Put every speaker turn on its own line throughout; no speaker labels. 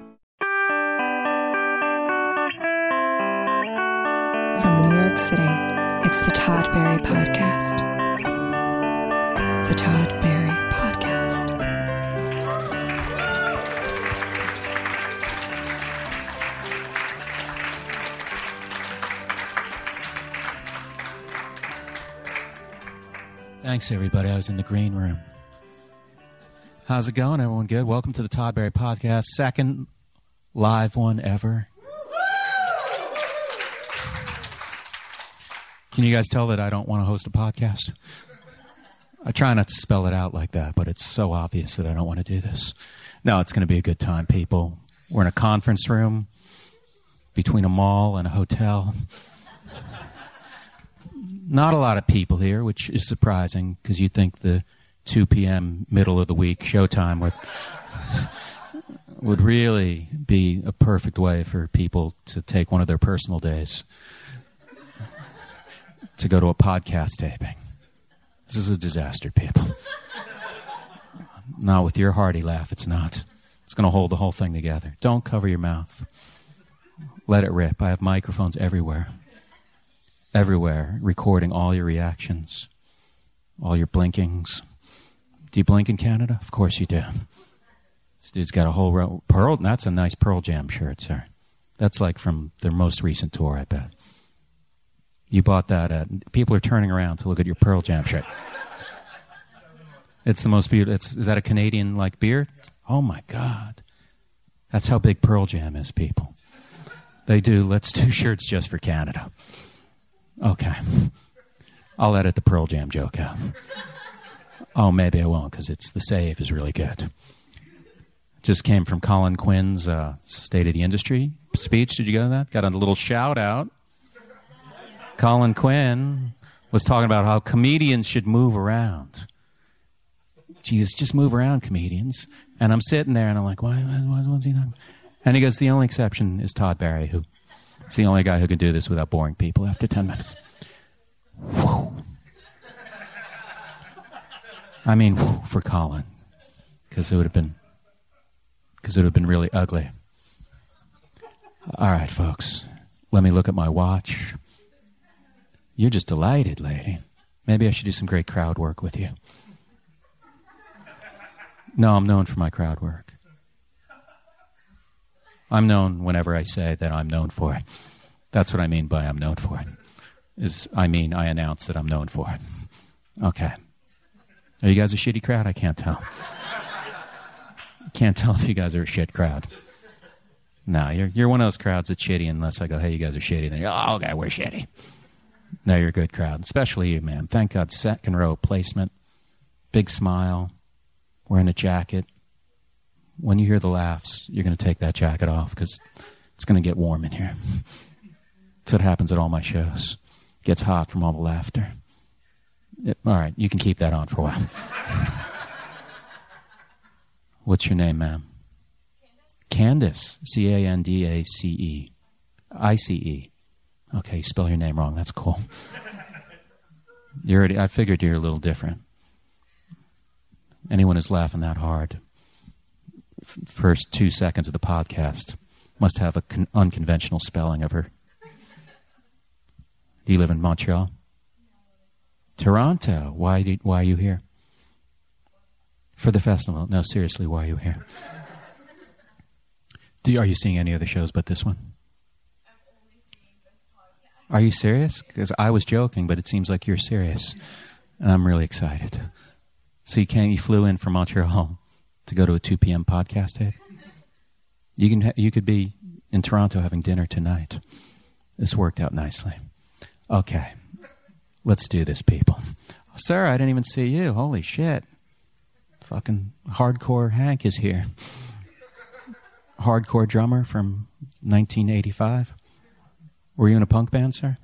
From New York City, it's the Todd Berry Podcast. The Todd Berry Podcast.
Thanks, everybody. I was in the green room. How's it going, everyone? Good. Welcome to the Todd Berry Podcast, second live one ever. Can you guys tell that I don't want to host a podcast? I try not to spell it out like that, but it's so obvious that I don't want to do this. No, it's going to be a good time, people. We're in a conference room between a mall and a hotel not a lot of people here, which is surprising because you think the 2 p.m. middle of the week showtime would would really be a perfect way for people to take one of their personal days to go to a podcast taping. This is a disaster, people. not with your hearty laugh, it's not. It's going to hold the whole thing together. Don't cover your mouth. Let it rip. I have microphones everywhere everywhere, recording all your reactions, all your blinkings. Do you blink in Canada? Of course you do. This dude's got a whole row. Pearl, that's a nice Pearl Jam shirt, sir. That's like from their most recent tour, I bet. You bought that at. People are turning around to look at your Pearl Jam shirt. It's the most beautiful. It's, is that a Canadian like beer? Oh my God. That's how big Pearl Jam is, people. They do, let's do shirts just for Canada. Okay. I'll edit the Pearl Jam joke out. Oh, maybe I won't because it's the save is really good. Just came from Colin Quinn's uh, State of the Industry speech. Did you go to that? Got a little shout out. Colin Quinn was talking about how comedians should move around. Jesus, just move around, comedians. And I'm sitting there and I'm like, why, why, why what's he talking? And he goes, the only exception is Todd Barry, who He's the only guy who can do this without boring people after 10 minutes. Whew. I mean, whew for Colin, because it would have been, because it would have been really ugly. All right, folks, let me look at my watch. You're just delighted, lady. Maybe I should do some great crowd work with you. No, I'm known for my crowd work. I'm known whenever I say that I'm known for it. That's what I mean by I'm known for it. Is I mean I announce that I'm known for it. Okay. Are you guys a shitty crowd? I can't tell. can't tell if you guys are a shit crowd. No, you're you're one of those crowds that's shitty unless I go, hey, you guys are shitty. Then you're, oh, okay, we're shitty. No, you're a good crowd, especially you, man. Thank God, second row placement, big smile, wearing a jacket when you hear the laughs, you're going to take that jacket off because it's going to get warm in here. That's what happens at all my shows. Gets hot from all the laughter. It- all right, you can keep that on for a while. What's your name, ma'am? Candace. C A N D A C E. I C E. Okay, you spell your name wrong. That's cool. You're already, I figured you're a little different. Anyone who's laughing that hard first two seconds of the podcast must have a con- unconventional spelling of her. Do you live in Montreal? Toronto. Why? Did, why are you here? For the festival? No, seriously, why are you here? Do you, are you seeing any other shows but this one? Are you serious? Because I was joking, but it seems like you're serious, and I'm really excited. So you came, you flew in from Montreal to go to a 2 p.m. podcast day. You can, ha- you could be in Toronto having dinner tonight. This worked out nicely. Okay, let's do this, people. Sir, I didn't even see you. Holy shit! Fucking hardcore Hank is here. hardcore drummer from 1985? Were you in a punk band, sir?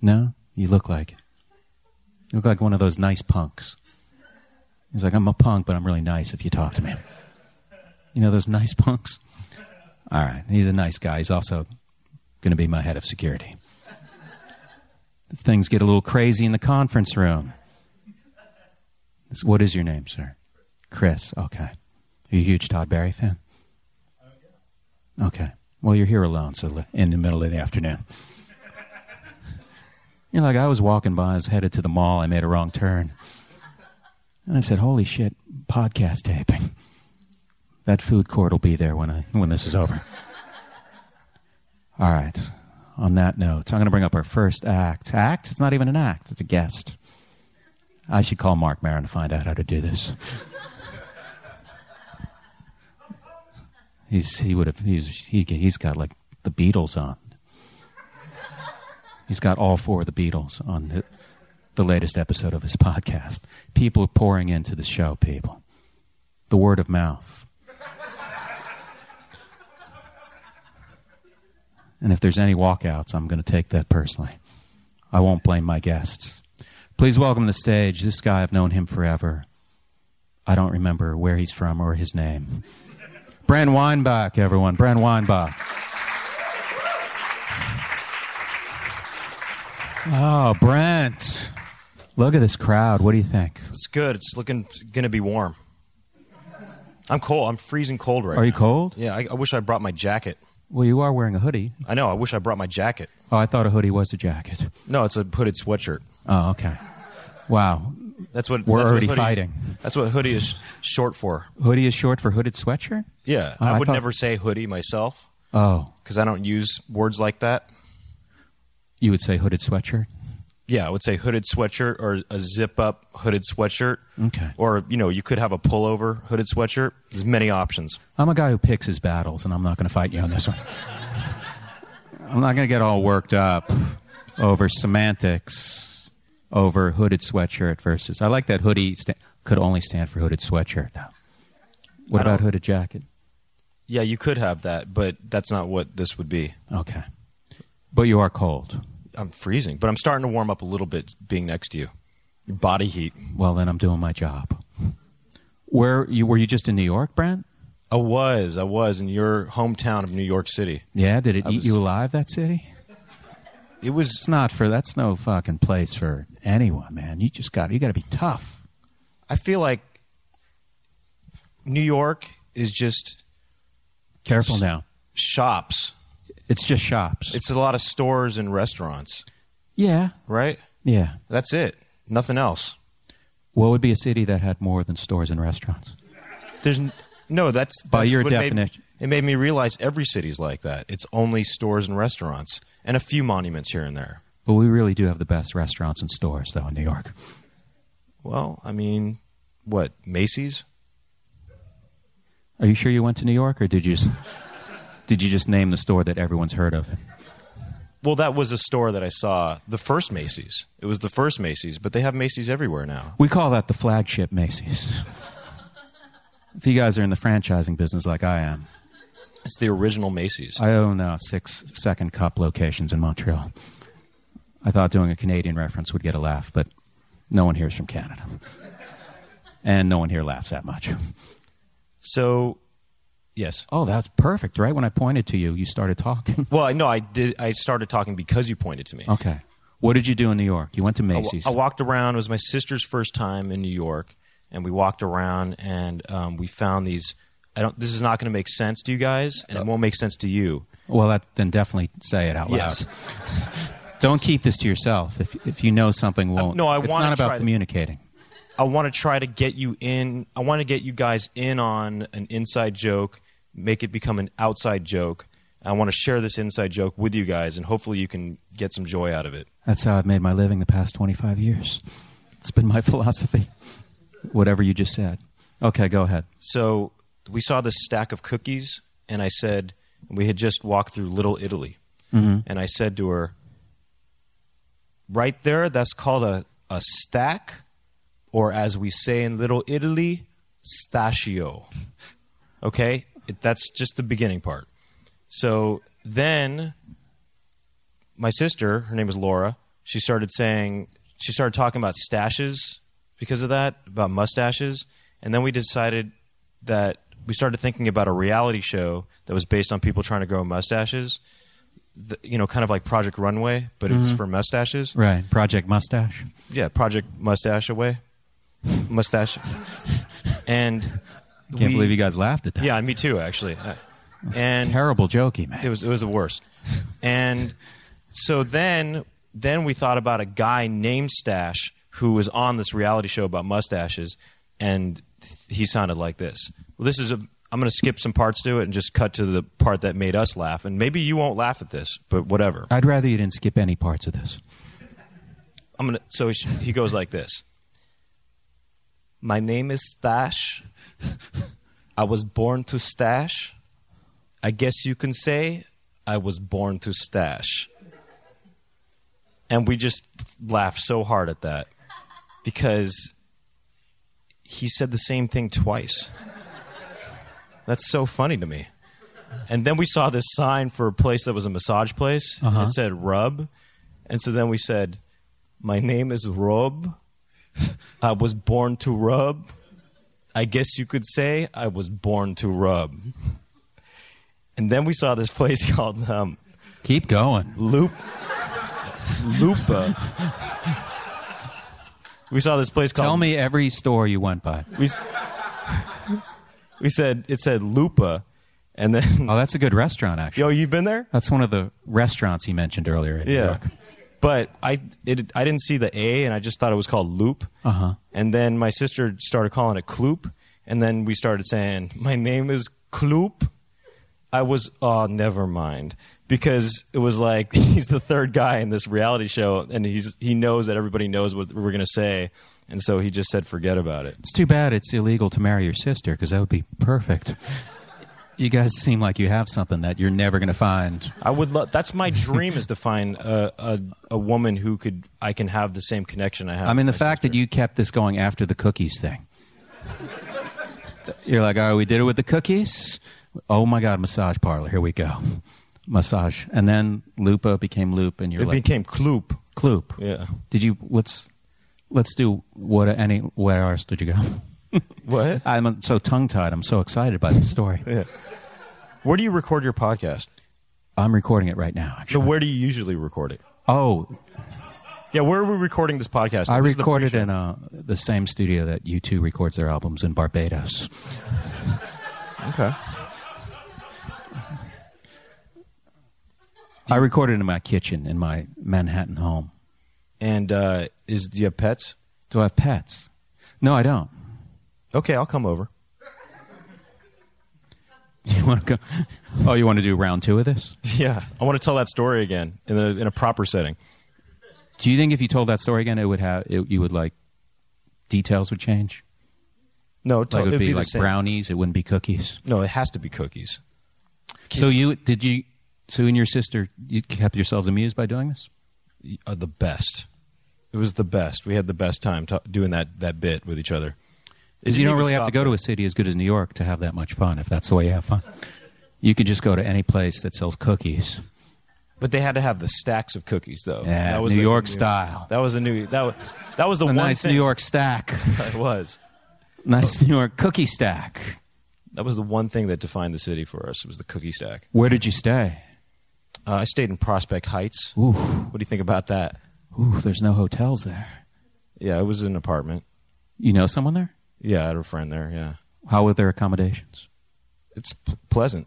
No? You look like it. You look like one of those nice punks. He's like, I'm a punk, but I'm really nice if you talk to me. You know those nice punks? All right. He's a nice guy. He's also going to be my head of security. If things get a little crazy in the conference room. This- What is your name, sir? Chris. Okay. Are you a huge Todd Barry fan? Okay. Well, you're here alone, so li- in the middle of the afternoon. you know, like I was walking by, I was headed to the mall, I made a wrong turn. And I said, Holy shit, podcast taping. That food court will be there when, I, when this is over. All right. On that note, I'm going to bring up our first act. Act? It's not even an act, it's a guest. I should call Mark Maron to find out how to do this. He's he would have he's he, he's got like the Beatles on. He's got all four of the Beatles on the, the latest episode of his podcast. People are pouring into the show. People, the word of mouth. And if there's any walkouts, I'm going to take that personally. I won't blame my guests. Please welcome to the stage this guy. I've known him forever. I don't remember where he's from or his name. Brand Weinbach, everyone. Brand Weinbach. Oh, Brent. Look at this crowd. What do you think?
It's good. It's looking going to be warm. I'm cold. I'm freezing cold right now.
Are you cold?
Yeah, I, I wish I brought my jacket.
Well, you are wearing a hoodie.
I know. I wish I brought my jacket.
Oh, I thought a hoodie was a jacket.
No, it's a hooded sweatshirt.
Oh, okay. Wow.
That's what
We're
that's
already
what hoodie-
fighting.
That's what hoodie is short for.
Hoodie is short for hooded sweatshirt?
Yeah,
Oh,
I,
I
would
thought-
never say hoodie myself
Oh,
because I don't use words like that.
you would say hooded sweatshirt?
Yeah, I would say hooded sweatshirt or a zip up hooded sweatshirt.
Okay.
Or you know, you could have a pullover hooded sweatshirt. There's many options.
I'm a guy who picks his battles, and I'm not going to fight you on this one. I'm not going to get all worked up over semantics, over hooded sweatshirt versus. I like that hoodie sta- could only stand for hooded sweatshirt, though. What
I don't-
about hooded jacket?
Yeah, you could have that, but that's not what this would be.
Okay. But you are cold.
I'm freezing, but I'm starting to warm up a little bit being next to you. Your body heat.
Well, then I'm doing my job. Where you were you just in New York, Brent?
I was, I was in your hometown of New York City.
Yeah. Did it
I
eat
was-
you alive that city?
It
It's
was.
not for. That's no fucking place for anyone, man. You just got. You got to be tough.
I feel like New York is just
Careful now.
shops.
It's just shops.
It's a lot of stores and restaurants,
Yeah,
right?
yeah.
That's it. Nothing else.
What would be a city that had more than stores and restaurants?
There's n- no. That's, that's
By your
what made-
definition.
it made me realize every city's like that. It's only stores and restaurants and a few monuments here and there.
But we really do have the best restaurants and stores, though, in New York.
Well, I mean, what Macy's?
Are you sure you went to New York, or did you just, did you just name the store that everyone's heard of?
Well, that was a store that I saw the first Macy's. It was the first Macy's, but they have Macy's everywhere now.
We call that the flagship Macy's. if you guys are in the franchising business like I am,
It's the original Macy's.
I own uh, six second cup locations in Montreal. I thought doing a Canadian reference would get a laugh, but no one here is from Canada. And no one here laughs that much.
So, yes.
Oh, that's perfect. Right when I pointed to you, you started talking.
Well, I know I did. I started talking because you pointed to me.
Okay. What did you do in New York? You went to
I wa-
Oh, Macy's.
I walked around. It was my sister's first time in New York, and we walked around and um, we found these. I don't. This is not going to make sense to you guys, and it won't make sense to you.
well, that, then definitely say it out loud.
Yes. Uh,
Don't keep this to yourself. If, if you know something, won't.
no, I
it's
wanna
not about
try to-
communicating.
I want to try to get you in. I want to get you guys in on an inside joke, make it become an outside joke. I want to share this inside joke with you guys, and hopefully, you can get some joy out of it.
That's how I've made my living the past 25 years. It's been my philosophy. Whatever you just said. Okay, go ahead.
So we saw this stack of cookies, and I said, we had just walked through Little Italy, and I said to her, right there, that's called a, a stack, or as we say in Little Italy, stachio. Okay? It, that's just the beginning part. So then my sister, her name is Laura, she started saying, she started talking about stashes because of that, about mustaches. And then we decided that we started thinking about a reality show that was based on people trying to grow mustaches, the, you know, kind of like Project Runway, but it's for mustaches.
Right. Project Mustache.
Yeah, Project Mustache Away. Mustache. and
Can't
we-
believe you guys laughed at that.
Yeah, me too, actually. Uh, and
Terrible jokey, man.
it was it was the worst. And so then then we thought about a guy named Stash who was on this reality show about mustaches, and he sounded like this. Well, this is a. I'm going to skip some parts to it and just cut to the part that made us laugh. And maybe you won't laugh at this, but whatever.
I'd rather you didn't skip any parts of this.
I'm gonna. So he he goes like this. My name is Stash. I was born to stash. I guess you can say I was born to stash. And we just laughed so hard at that because he said the same thing twice. That's so funny to me. And then we saw this sign for a place that was a massage place.
Uh-huh.
It said Rub. And so then we said, My name is Rub. I was born to rub. I guess you could say I was born to rub. And then we saw this place called um,
Keep going.
Loop Lupa. We saw this place called
Tell me every store you went by.
We, s- we said it said Lupa, and then
Oh, that's a good restaurant, actually.
yo, you've been there?
That's one of the restaurants he mentioned earlier. In New
Yeah.
York.
But I it I didn't see the A and I just thought it was called loop.
Uh-huh.
And then my sister started calling it kloop and then we started saying, "My name is Kloop." I was oh, never mind because it was like he's the third guy in this reality show and he's he knows that everybody knows what we're going to say and so he just said forget about it.
It's too bad it's illegal to marry your sister because that would be perfect. You guys seem like you have something that you're never going to find.
I would love that's my dream is to find a, a a woman who could I can have the same connection I have.
I mean, the
with my
fact that you kept this going after the cookies thing. You're like, oh, we did it with the cookies. Oh my God, massage parlor. Here we go. Massage. And then Lupa became Loop, and you're
sister. it
like,
became Kloop.
Kloop.
Yeah.
Did you, let's, let's do what, any, where else did you go?
What?
I'm so tongue tied. I'm so excited by this story.
Where do you record your podcast?
I'm recording it right now,
So
actually.
where do you usually record it?
Oh,
Yeah, where are we recording this podcast?
I
This is the
recorded
pre-show.
in uh, the same studio that U2 records their albums in Barbados.
Okay.
I recorded in my kitchen in my Manhattan home.
And uh, is do you have pets?
Do I have pets? No, I don't.
Okay, I'll come over.
You want to go? Oh, you want to do round two of this?
Yeah, I want to tell that story again in a in a proper setting.
Do you think if you told that story again, it would have it, you would like details would change?
No,
Like it would
it'd
be,
the
like
same.
brownies. It wouldn't be cookies.
No, it has to be cookies.
So you did you? So you and your sister, you kept yourselves amused by doing this.
Y- Uh, the best. It was the best. We had the best time to- doing that that bit with each other. It
Because
didn't
you don't
even
really have
stop
to go to
there.
a city as good as New York to have that much fun. If that's the way you have fun, you could just go to any place that sells cookies.
But they had to have the stacks of cookies though.
Yeah,
that was
New
a
York
new-
style.
That was a new that was, that was the
A
one
nice
thing
New York stack.
it was.
nice New York cookie stack.
That was the one thing that defined the city for us. It was the cookie stack.
Where did you stay?
Uh, I stayed in Prospect Heights.
Ooh,
What do you think about that?
ooh, there's no hotels there.
Yeah, it was an apartment.
You know someone there?
Yeah, I had a friend there. Yeah,
How were their accommodations?
it's p- pleasant.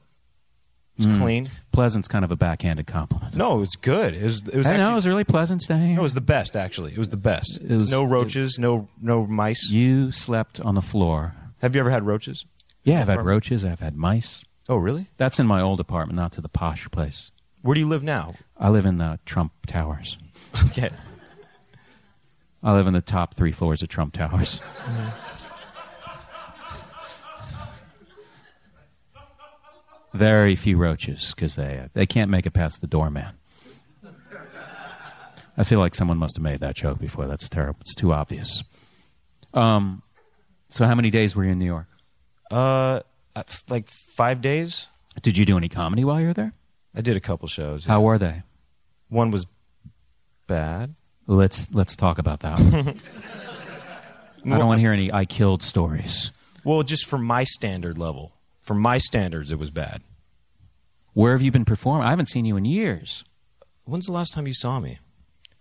It's
Hmm.
clean.
Pleasant's kind of a backhanded compliment.
No, it's good. It was. It was.
I
Actually,
know, it was really pleasant staying here.
no, it was the best. Actually, it was the best.
It was-
no roaches. no no mice.
you slept on the floor.
Have you ever had roaches?
Yeah, I've had
Apartment.
roaches, I've had mice.
Oh, really?
That's in my old apartment, not to the posh place.
Where do you live now?
I live in uh, Trump Towers.
okay.
I live in the top three floors of Trump Towers. Very few roaches because they uh, they can't make it past the doorman. I feel like someone must have made that joke before. That's terrible. It's too obvious. Um, so how many days were you in New York?
Uh, uh, f- like five days.
Did you do any comedy while you were there?
I did a couple shows.
How were they?
One was bad.
Let's let's talk about that. I don't want to hear any I killed stories.
Well, just for my standard level, for my standards, it was bad.
Where have you been performing? I haven't seen you in years.
When's the last time you saw me?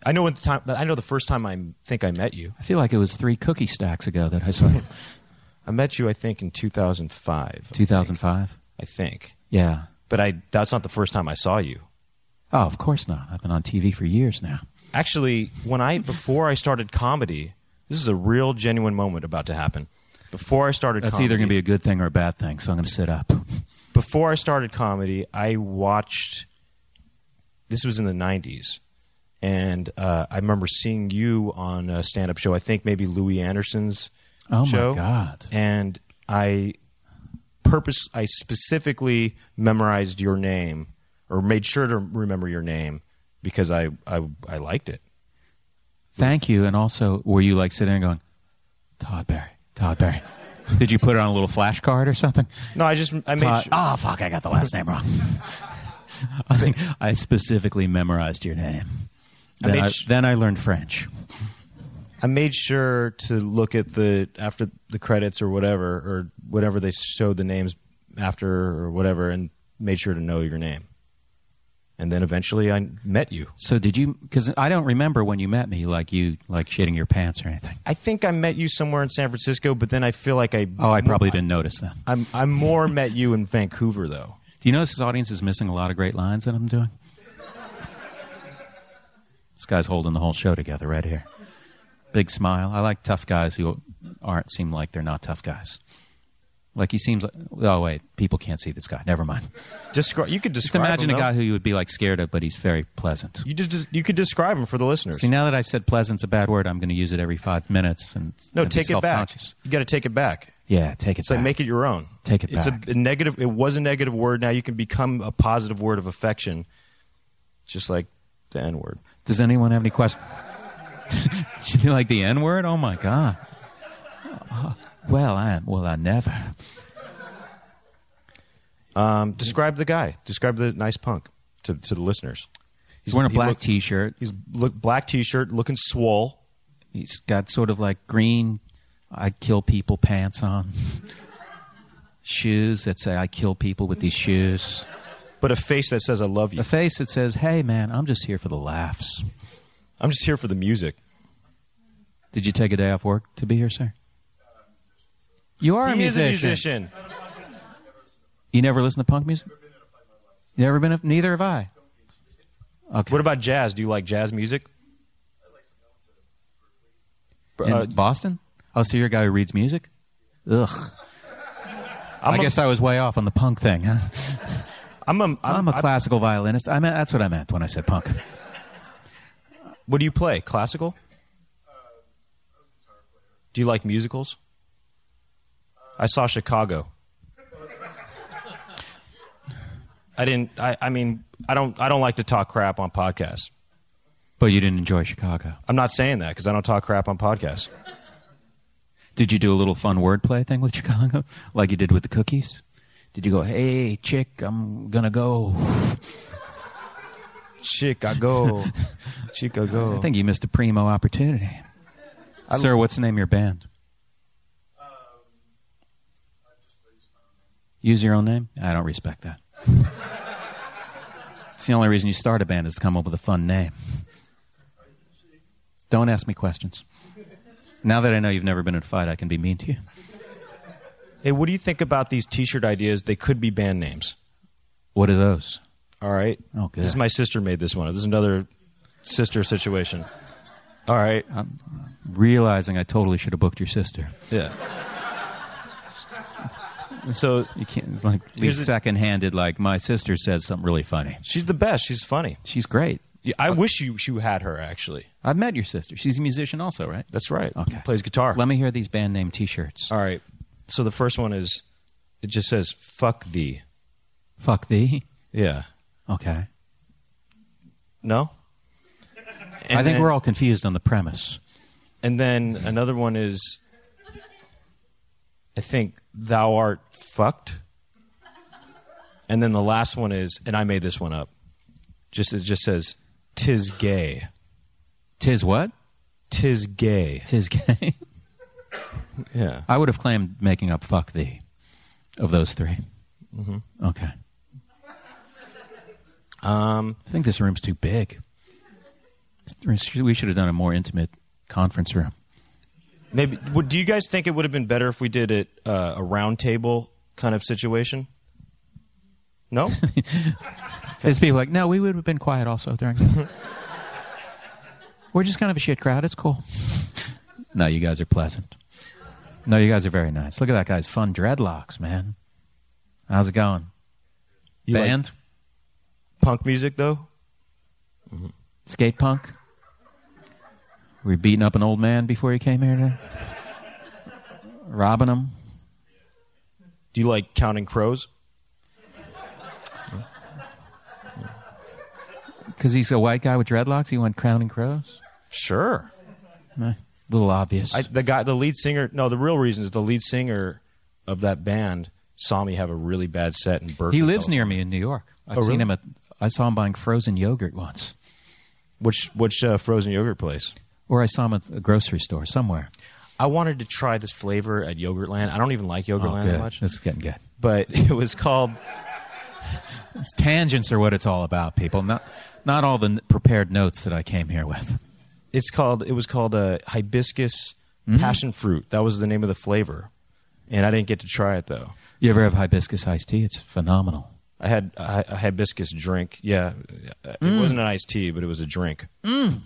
I know when the time. I know the first time I think I met you.
I feel like it was three cookie stacks ago that I saw you.
I met you, I think, in 2005.
2005.
I think.
Yeah.
But I that's not the first time I saw you.
Oh, of course not. I've been on TV for years now.
Actually, when I before I started comedy, this is a real genuine moment about to happen. Before I started
That's
comedy,
either going to be a good thing or a bad thing, so I'm going to sit up.
before I started comedy, I watched. This was in the '90s, and uh, I remember seeing you on a stand-up show. I think maybe Louis Anderson's
Oh my
show.
God.
And I purpose, I specifically memorized your name, or made sure to remember your name because I I, I liked it.
Thank you. And also, were you like sitting there going, Todd Barry, Todd Barry? Did you put it on a little flashcard or something?
No, I just I made
Todd,
sure.
oh, fuck, I got the last name wrong. I think I specifically memorized your name.
I
Then
made
I,
sh-
then I learned French.
I made sure to look at the after the credits or whatever or whatever they showed the names after or whatever and made sure to know your name. And then eventually I met you.
So did you? Because I don't remember when you met me, like you, like shitting your pants or anything.
I think I met you somewhere in San Francisco, but then I feel like I
Oh, I probably didn't notice that.
I'm I more met you in Vancouver though.
Do you notice this audience is missing a lot of great lines that I'm doing? this guy's holding the whole show together right here. Big smile. I like tough guys who aren't seem like they're not tough guys. Like he seems like. Oh wait, people can't see this guy. Never mind.
Descri- you could
Just
describe
imagine
him,
a
though.
guy who you would be like scared of, but he's very pleasant.
you just you could describe him for the listeners.
See, now that I've said pleasant's a bad word, I'm going to use it every five minutes and
no,
and be
take it back.
self-conscious.
You got to take it back.
Yeah, take it.
It's like
back.
make it your own.
Take it
it's
back.
A, a negative. It was a negative word. Now you can become a positive word of affection, just like the N word.
Does anyone have any questions? you like the N word? Oh my god. Uh, well, I well I never.
Um, describe the guy. Describe the nice punk to, to the listeners.
He's wearing a
he
black
look-
T-shirt.
He's look black t-shirt, looking swole.
He's got sort of like green "I kill people" pants on, shoes that say "I kill people" with these shoes,
But a face that says "I love you."
a face that says "Hey man, I'm just here for the laughs."
I'm just here for the music.
Did you take a day off work to be here, sir? You are a
he is
musician.
a musician.
You never listen to punk music. You never been? A, neither have I. Okay.
What about jazz? Do you like jazz music?
In
Uh,
Boston? Oh, so you're a guy who reads music? Ugh. i
I'm a-
guess I was way off on the punk thing, huh?
I'm a, I'm,
I'm a
I-
classical violinist. I meant, that's what I meant when I said punk.
What do you play? Classical? Do you like musicals? I saw Chicago. I didn't. I, I mean, I don't. I don't like to talk crap on podcasts.
But you didn't enjoy Chicago.
I'm not saying that because I don't talk crap on podcasts.
Did you do a little fun wordplay thing with Chicago, like you did with the cookies? Did you go, hey, chick, I'm gonna go?
Chicago, Chicago.
I think you missed a primo opportunity. Sir, what's the name of your band? Use your own name? I don't respect that. it's the only reason you start a band is to come up with a fun name. Don't ask me questions. Now that I know you've never been in a fight, I can be mean to you.
hey, what do you think about these T-shirt ideas? They could be band names.
What are those?
All right.
Oh, good.
This is my sister made this one. This is another sister situation. All right.
Uh, Realizing I totally should have booked your sister.
Yeah. So
You can't, it's like, be
Here's the-
second handed, like, my sister says something really funny.
she's the best. She's funny.
She's great.
Yeah, I wish you you had her actually.
I've met your sister. She's a musician, also, right?
That's right.
Okay.
Plays guitar. Uh,
Let me hear these band name T-shirts.
All right. So the first one is it just says "fuck thee."
Fuck thee.
Yeah.
Okay.
No.
I think
then,
we're all confused on the premise.
And then another one is I think thou art fucked. And then the last one is, and I made this one up. Just it just says, "Tis gay,
Tis what?
tis gay."
Tis gay.
Yeah,
I would have claimed making up fuck thee of those 3
Mm-hmm.
Okay.
um,
I think this room's too big. We should have done a more intimate conference room.
maybe. Would, do you guys think it would have been better if we did it uh, a round table kind of situation? No.
There's people like, no, we would have been quiet also during. that." We're just kind of a shit crowd. It's cool. no, you guys are pleasant. No, you guys are very nice. Look at that guy's fun dreadlocks, man. How's it going?
You like
Band?
punk music though.
Skate punk? Were you beating up an old man before you came here today? Robbing him?
Do you like counting crows?
Because he's a white guy with dreadlocks? He went crowning crows?
Sure.
Meh. little obvious.
I, the guy, the lead singer. No, the real reason is the lead singer of that band saw me have a really bad set in Berkeley.
he lives near me in New York. I've
Oh,
seen
really?
him at. I saw him buying frozen yogurt once,
Which which uh, frozen yogurt place?
or I saw him at a grocery store somewhere.
I wanted to try this flavor at Yogurtland. I don't even like Yogurtland that
good.
much,
This is getting good.
but it was called.
It's tangents are what it's all about, people. Not not all the n- prepared notes that I came here with.
It's called. It was called uh, hibiscus
Mm-hmm.
passion fruit. That was the name of the flavor, and I didn't get to try it though.
You ever have hibiscus iced tea? It's phenomenal.
I had a, hi- a hibiscus drink. Yeah, it
Mm.
wasn't an iced tea, but it was a drink. Mm.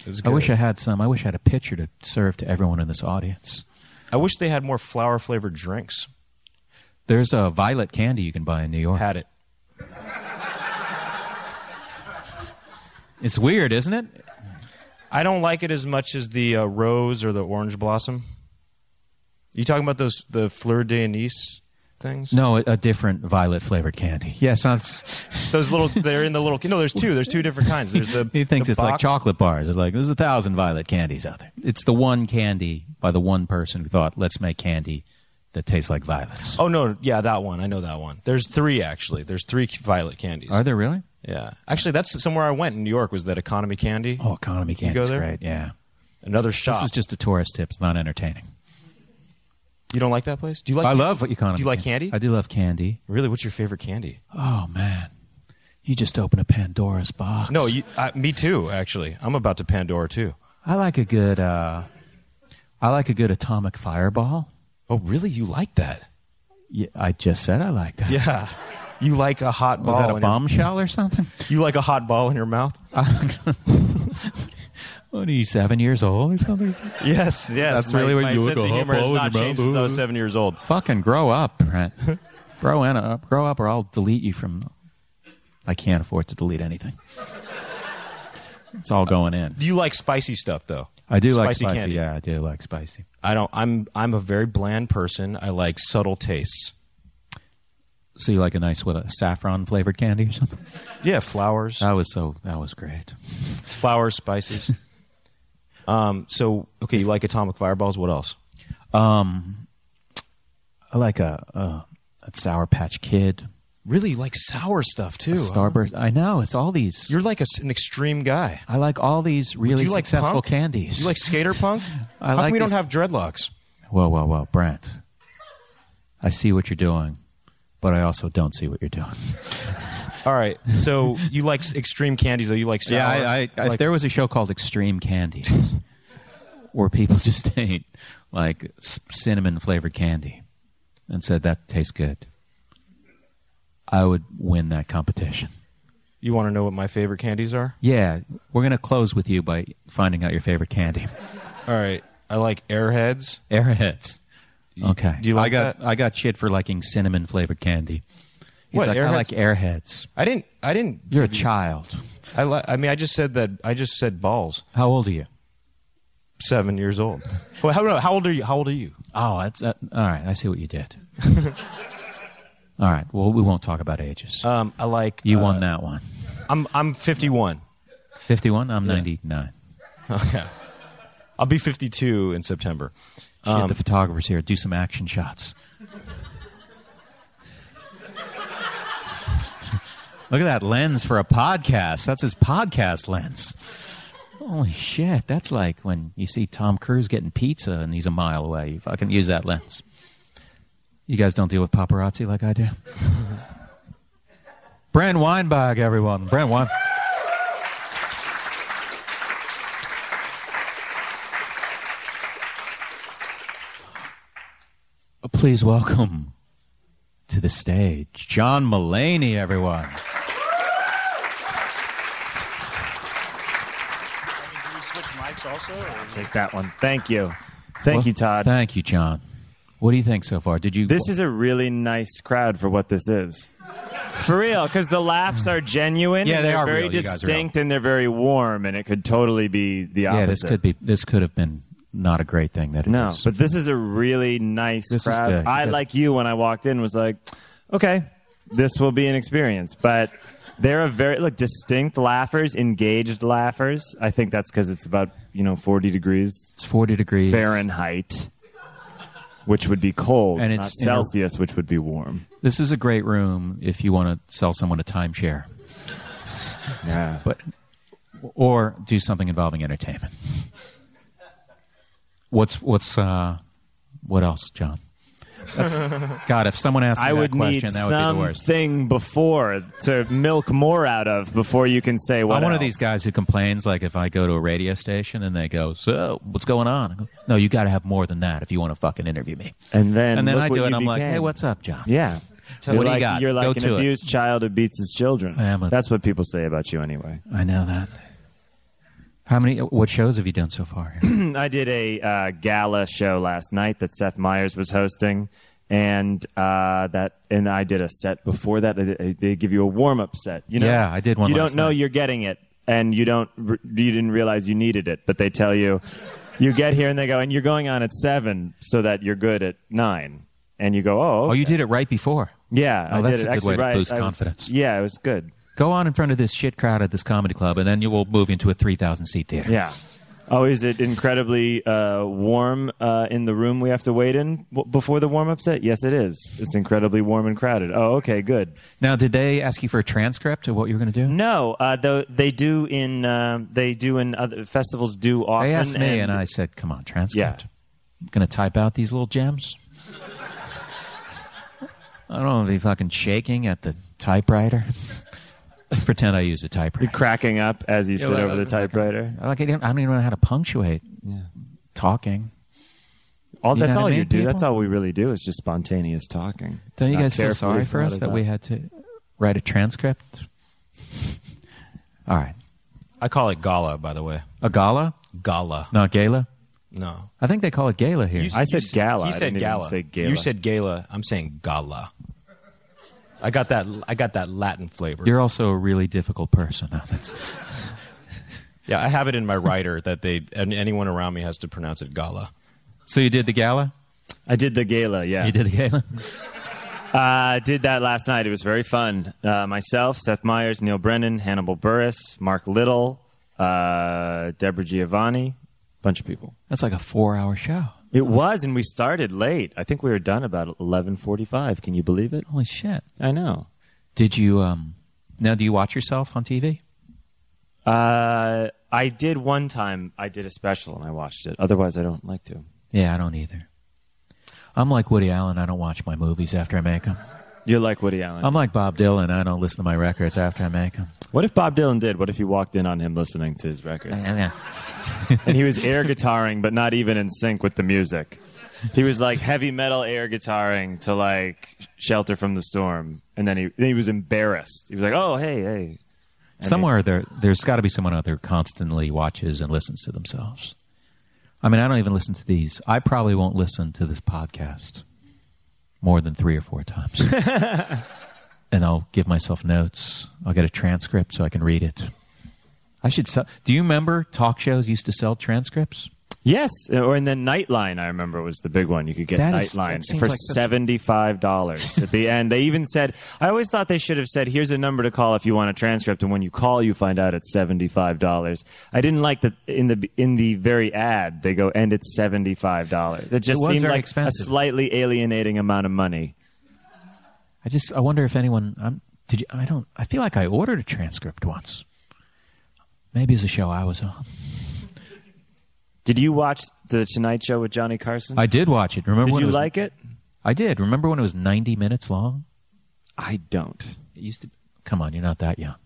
It was good.
I wish I had some. I wish I had a picture to serve to everyone in this audience.
I wish they had more flower flavored drinks.
There's a violet candy you can buy in New York.
Had it.
It's weird, isn't it?
I don't like it as much as the uh, rose or the orange blossom. You talking about those the fleur de anise things?
No, a, a different violet flavored candy. Yeah, sounds.
Those little they're in the little no, there's two. There's two different kinds. There's the
He thinks
the
it's like
box-
chocolate bars. It's like there's a thousand violet candies out there. It's the one candy by the one person who thought, let's make candy that tastes like violets.
Oh no, yeah, that one. I know that one. There's three actually. There's three violet candies.
Are there really?
Yeah. Actually, that's somewhere I went in New York was that economy candy.
Oh, economy
go
candy's
there?
great. Yeah,
Another shop.
this is just a tourist tip. It's not entertaining.
you don't like that place? Do you like
I love economy.
Do you like candy?
I do love candy.
Really, what's your favorite candy?
Oh man, you just open a Pandora's box.
No, you, I, me too. Actually, I'm about to Pandora too.
I like a good. Uh, I like a good atomic fireball.
Oh, really? You like that?
Yeah, I just said I like that.
Yeah. You like a hot ball?
Was that a
in
bombshell or something?
Your, you like a hot ball in your mouth?
What are you, seven years old or something?
Yes, yes.
That's
my,
really what
my
you like,
sense
a
of
hot
humor has
ball in
not
your
changed
mouth.
since I was seven years old.
Fucking grow up, Brent. grow in, up, grow up, or I'll delete you from. I can't afford to delete anything. It's all going in.
Do you like spicy stuff though?
I do like
Spicy
spicy.
candy.
Yeah, I do like spicy.
I don't. I'm I'm a very bland person. I like subtle tastes.
So you like a nice what a saffron flavored candy or something?
Yeah, flowers,
That was so. That was great.
Uh, flowers, spices. um. So okay, you like atomic fireballs. What else?
Um, I like a, a, a Sour Patch Kid,
Really, you like sour stuff
a
too. huh?
Starburst. I know it's all these.
uh-huh. You're like a s an extreme guy.
I like all these
Do
really
you like
successful
punk?
candies.
Do you like skater punk?
I
How come
like
we
this-
don't have dreadlocks?
Whoa, whoa, whoa, Brent. I see what you're doing, but I also don't see what you're doing.
All right. So you like s- extreme candies, though. You like sour.
Yeah, I, I, I,
like,
there was a show called Extreme Candy, where people just ate like cinnamon flavored candy, and said that tastes good. I would win that competition.
you want to know what my favorite candies are?
Yeah, we're gonna close with you by finding out your favorite candy,
All right. I like Airheads.
Airheads. Okay,
do you like
I got
that?
I got shit for liking cinnamon flavored candy. He's
What,
like, I
Airheads?
like Airheads.
I didn't. I didn't.
You're a child.
I, li- I mean, I just said that. I just said balls.
How old are you?
Seven years old. Well, how, no, how old are you? How old are you?
Oh, that's uh, all right. I see what you did. all right. Well, we won't talk about ages.
Um, I like.
you
uh,
won that one.
I'm. I'm 51.
51. I'm 99.
Okay. Oh, I'll be 52 in September.
Shit, the photographer's here. Do some action shots. Look at that lens for a podcast. That's his podcast lens. Holy shit. That's like when you see Tom Cruise getting pizza and he's a mile away. You fucking use that lens. You guys don't deal with paparazzi like I do. Brand Weinbach, everyone. Brand Wein. Oh, Please welcome to the stage John Mullaney, everyone.
Do we switch mics also? or-
Take that one. Thank you. Thank
Well,
you, Todd.
Thank you, John. What do you think so far? Did you?
This is a really nice crowd for what this is. For real, because the laughs are genuine.
Yeah,
and
they
they're
are
very
real. You guys are real.
distinct and they're very warm, and it could totally be the opposite.
yeah. This could be. This could have been not a great thing. That it
No,
is.
but this is a really nice
This is
crowd.
good.
I,
Yes.
like you, when I walked in, was like, okay, this will be an experience. But they're a very look distinct laughers, engaged laughers. I think that's because it's about you know forty degrees
it's forty degrees.
Fahrenheit, which would be cold,
And
and
it's
not
in a-
Celsius, which would be warm.
This is a great room if you want to sell someone a timeshare,
Yeah.
but or do something involving entertainment. What's what's uh, what else, John? That's, God, if someone asked me
I
that
would
question,
need
that would be the worst.
something before to milk more out of before you can say what.
I'm one of
else.
these guys who complains. Like if I go to a radio station and they go, "So what's going on?" I go, no, you got to have more than that if you want to fucking interview me.
and then
And, then
look
I
what
do it.
you
And I'm like,
became.
"Hey, what's up, John?"
Yeah.
Tell me
you're
what you
like,
got.
You're like
Go
an
to it.
abused child who beats his children.
I am a-
That's what people say about you anyway.
I know that. How many? What shows have you done so far?
I did a uh, gala show last night that Seth Meyers was hosting, and uh, that and I did a set before that. I did- They give you a warm up set. You know,
Yeah, I did one
You
last
don't know
night.
you're getting it, and you don't re- you didn't realize you needed it, but they tell you you get here and they go and you're going on at seven so that you're good at nine, and you go oh
Oh, you did it right before.
yeah
Oh,
I
that's
did it
a good
actually
way to
right
boost
I was-
confidence.
yeah it was good
Go on in front of this shit crowd at this comedy club, and then you will move into a three thousand seat theater.
Yeah. Oh, is it incredibly uh, warm uh, in the room we have to wait in w- before the warm up set? Yes, it is. It's incredibly warm and crowded. Oh, okay, good.
Now, did they ask you for a transcript of what you were going to do?
No, uh, though they do in uh, they do in other festivals do often.
They asked me, and, I said, "Come on, transcript.
Yeah.
I'm gonna type out these little gems. I don't want to be fucking shaking at the typewriter. Let's pretend I use a typewriter.
cracking up as you sit
well,
over the
I'm fucking-
typewriter.
Like I don't, I don't even know how to punctuate talking.
All
You
that's
know what
all
I
you
mean,
do.
people?
That's all we really do is just spontaneous talking. It's
Don't you
not
guys feel
carefully
sorry for
thought
us that
about.
we had to write a transcript? All right,
I call it gala, by the way.
a gala,
Gala.
not gala.
No.
I think they call it gala here.
I said gala.
You
I
said
didn't even
gala.
say gala.
You said gala. I'm saying gala. I got that. I got that Latin flavor.
You're also a really difficult person. No, that's,
yeah, I have it in my writer that they and anyone around me has to pronounce it gala.
so you did the gala.
I did the gala. Yeah,
You did the gala.
Uh, did that last night. It was very fun. Uh, myself, Seth Meyers, Neil Brennan, Hannibal Burris, Mark Little, uh, Deborah Giovanni, bunch of people.
That's like a four-hour show.
It was, and we started late. I think we were done about eleven forty-five. Can you believe it?
Holy shit!
I know.
Did you um now do you watch yourself on TV?
Uh, I did one time. I did a special, and I watched it. Otherwise, I don't like to.
Yeah, I don't either. I'm like Woody Allen, I don't watch my movies after I make them.
You're like Woody Allen.
I'm like Bob Dylan, I don't listen to my records after I make them.
what if Bob Dylan did? What if you walked in on him listening to his records? and he was air guitaring, but not even in sync with the music. He was like heavy metal air guitaring to like Shelter from the Storm, and then he then he was embarrassed. He was like, "Oh, hey, hey."
Somewhere there there's got to be someone out there constantly watches and listens to themselves. I mean, I don't even listen to these. I probably won't listen to this podcast more than 3 or 4 times. and I'll give myself notes. I'll get a transcript so I can read it. I should sell. Do you remember talk shows used to sell transcripts?
Yes, uh, or and then Nightline. I remember was the big one. You could get
That is-
Nightline
that seems
for
like such-
seventy five dollars at the end. They even said, "I always thought they should have said, here's a number to call if you want a transcript, and when you call, you find out it's seventy five dollars." I didn't like that in the in the very ad they go, "And it's seventy five dollars." It just
was
seemed
very
like
expensive.
a slightly alienating amount of money.
I just I wonder if anyone I'm Did you? I don't. I feel like I ordered a transcript once. Maybe it was a show I was on.
Did you watch the Tonight Show with Johnny Carson?
I did watch it. Remember?
Did
when
you
it was,
like it?
I did. Remember when it was ninety minutes long?
I don't.
It used to. Come on, you're not that young.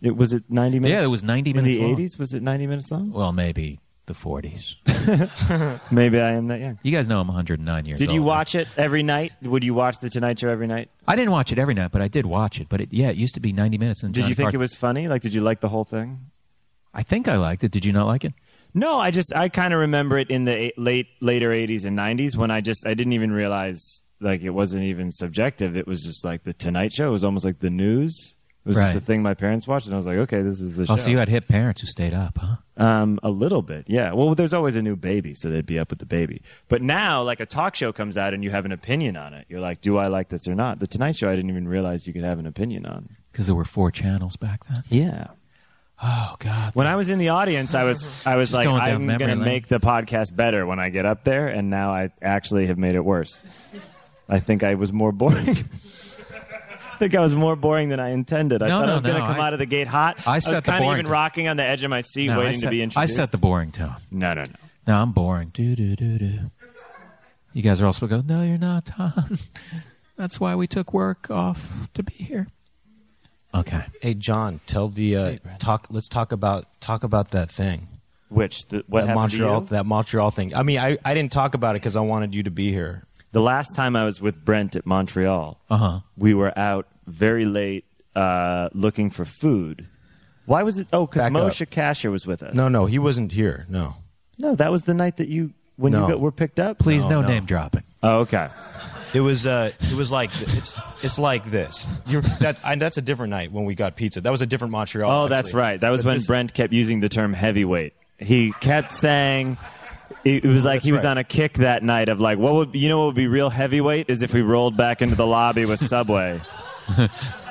It was it ninety minutes.
Yeah, it was 90
in
minutes
the
long.
eighties. Was it ninety minutes long?
Well, maybe the 40s. Oh.
Maybe I am that young.
You guys know I'm 109 years old.
Did you watch it every night? Would you watch the Tonight Show every night?
I didn't watch it every night, but I did watch it. But it, yeah, it used to be 90 minutes. And
Did
Johnny
you think
Carson-
it was funny? Like, did you like the whole thing?
I think I liked it. Did you not like it?
No, I just I kind of remember it in the eight, late later 80s and 90s when I just I didn't even realize like it wasn't even subjective. It was just like the Tonight Show. It was almost like the news. It was just
Right.
a thing my parents watched, and I was like, okay, this is the
Oh,
show.
so you had hip parents who stayed up, huh?
Um, a little bit, yeah. Well, there's always a new baby, so they'd be up with the baby. But now, like a talk show comes out and you have an opinion on it. You're like, do I like this or not? The Tonight Show, I didn't even realize you could have an opinion on.
Because there were four channels back then.
Yeah.
Oh God.
When I was in the audience, I was I was
Just
like,
going down
I'm
memory
going
lane.
to make the podcast better when I get up there, and now I actually have made it worse. I think I was more boring. I think I was more boring than I intended. I
No,
thought
no,
I was going
no,
to come
I-
out of the gate hot.
I
was
set the
kind of
boring
even
tone.
rocking on the edge of my seat,
No,
waiting
I
to
set-
be
I
introduced.
set the boring tone.
no, no, no.
No, I'm boring. Do do do do. You guys are all supposed to go. No, you're not, Tom. That's why we took work off to be here. Okay.
Hey John, tell the uh, talk. Let's talk about talk about that thing.
Which the, what
that
happened to
Montreal
you?
that Montreal thing. I mean, I, I didn't talk about it because I wanted you to be here.
The last time I was with Brent at Montreal,
Uh-huh.
we were out very late uh, looking for food. Why was it? Oh, because
Back up.
Moshe Kasher was with us.
No, no, he wasn't here. No.
No, that was the night that you when
No.
you got, were picked up.
Please, no,
no.
name dropping.
Oh, okay.
It was uh, it was like th- it's it's like this. You're, that, I, that's a different night when we got pizza. That was a different Montreal.
Oh, that's
actually.
right. That was
But
when
this-
Brent kept using the term heavyweight. He kept saying it it was like
That's
he was
right.
on a kick that night of like, what would you know? What would be real heavyweight is if we rolled back into the lobby with Subway.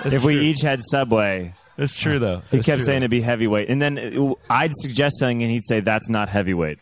if we
true.
each had Subway,
That's true though.
he
That's
kept
true.
saying it'd be heavyweight, and then uh, I'd suggest something, and he'd say that's not heavyweight.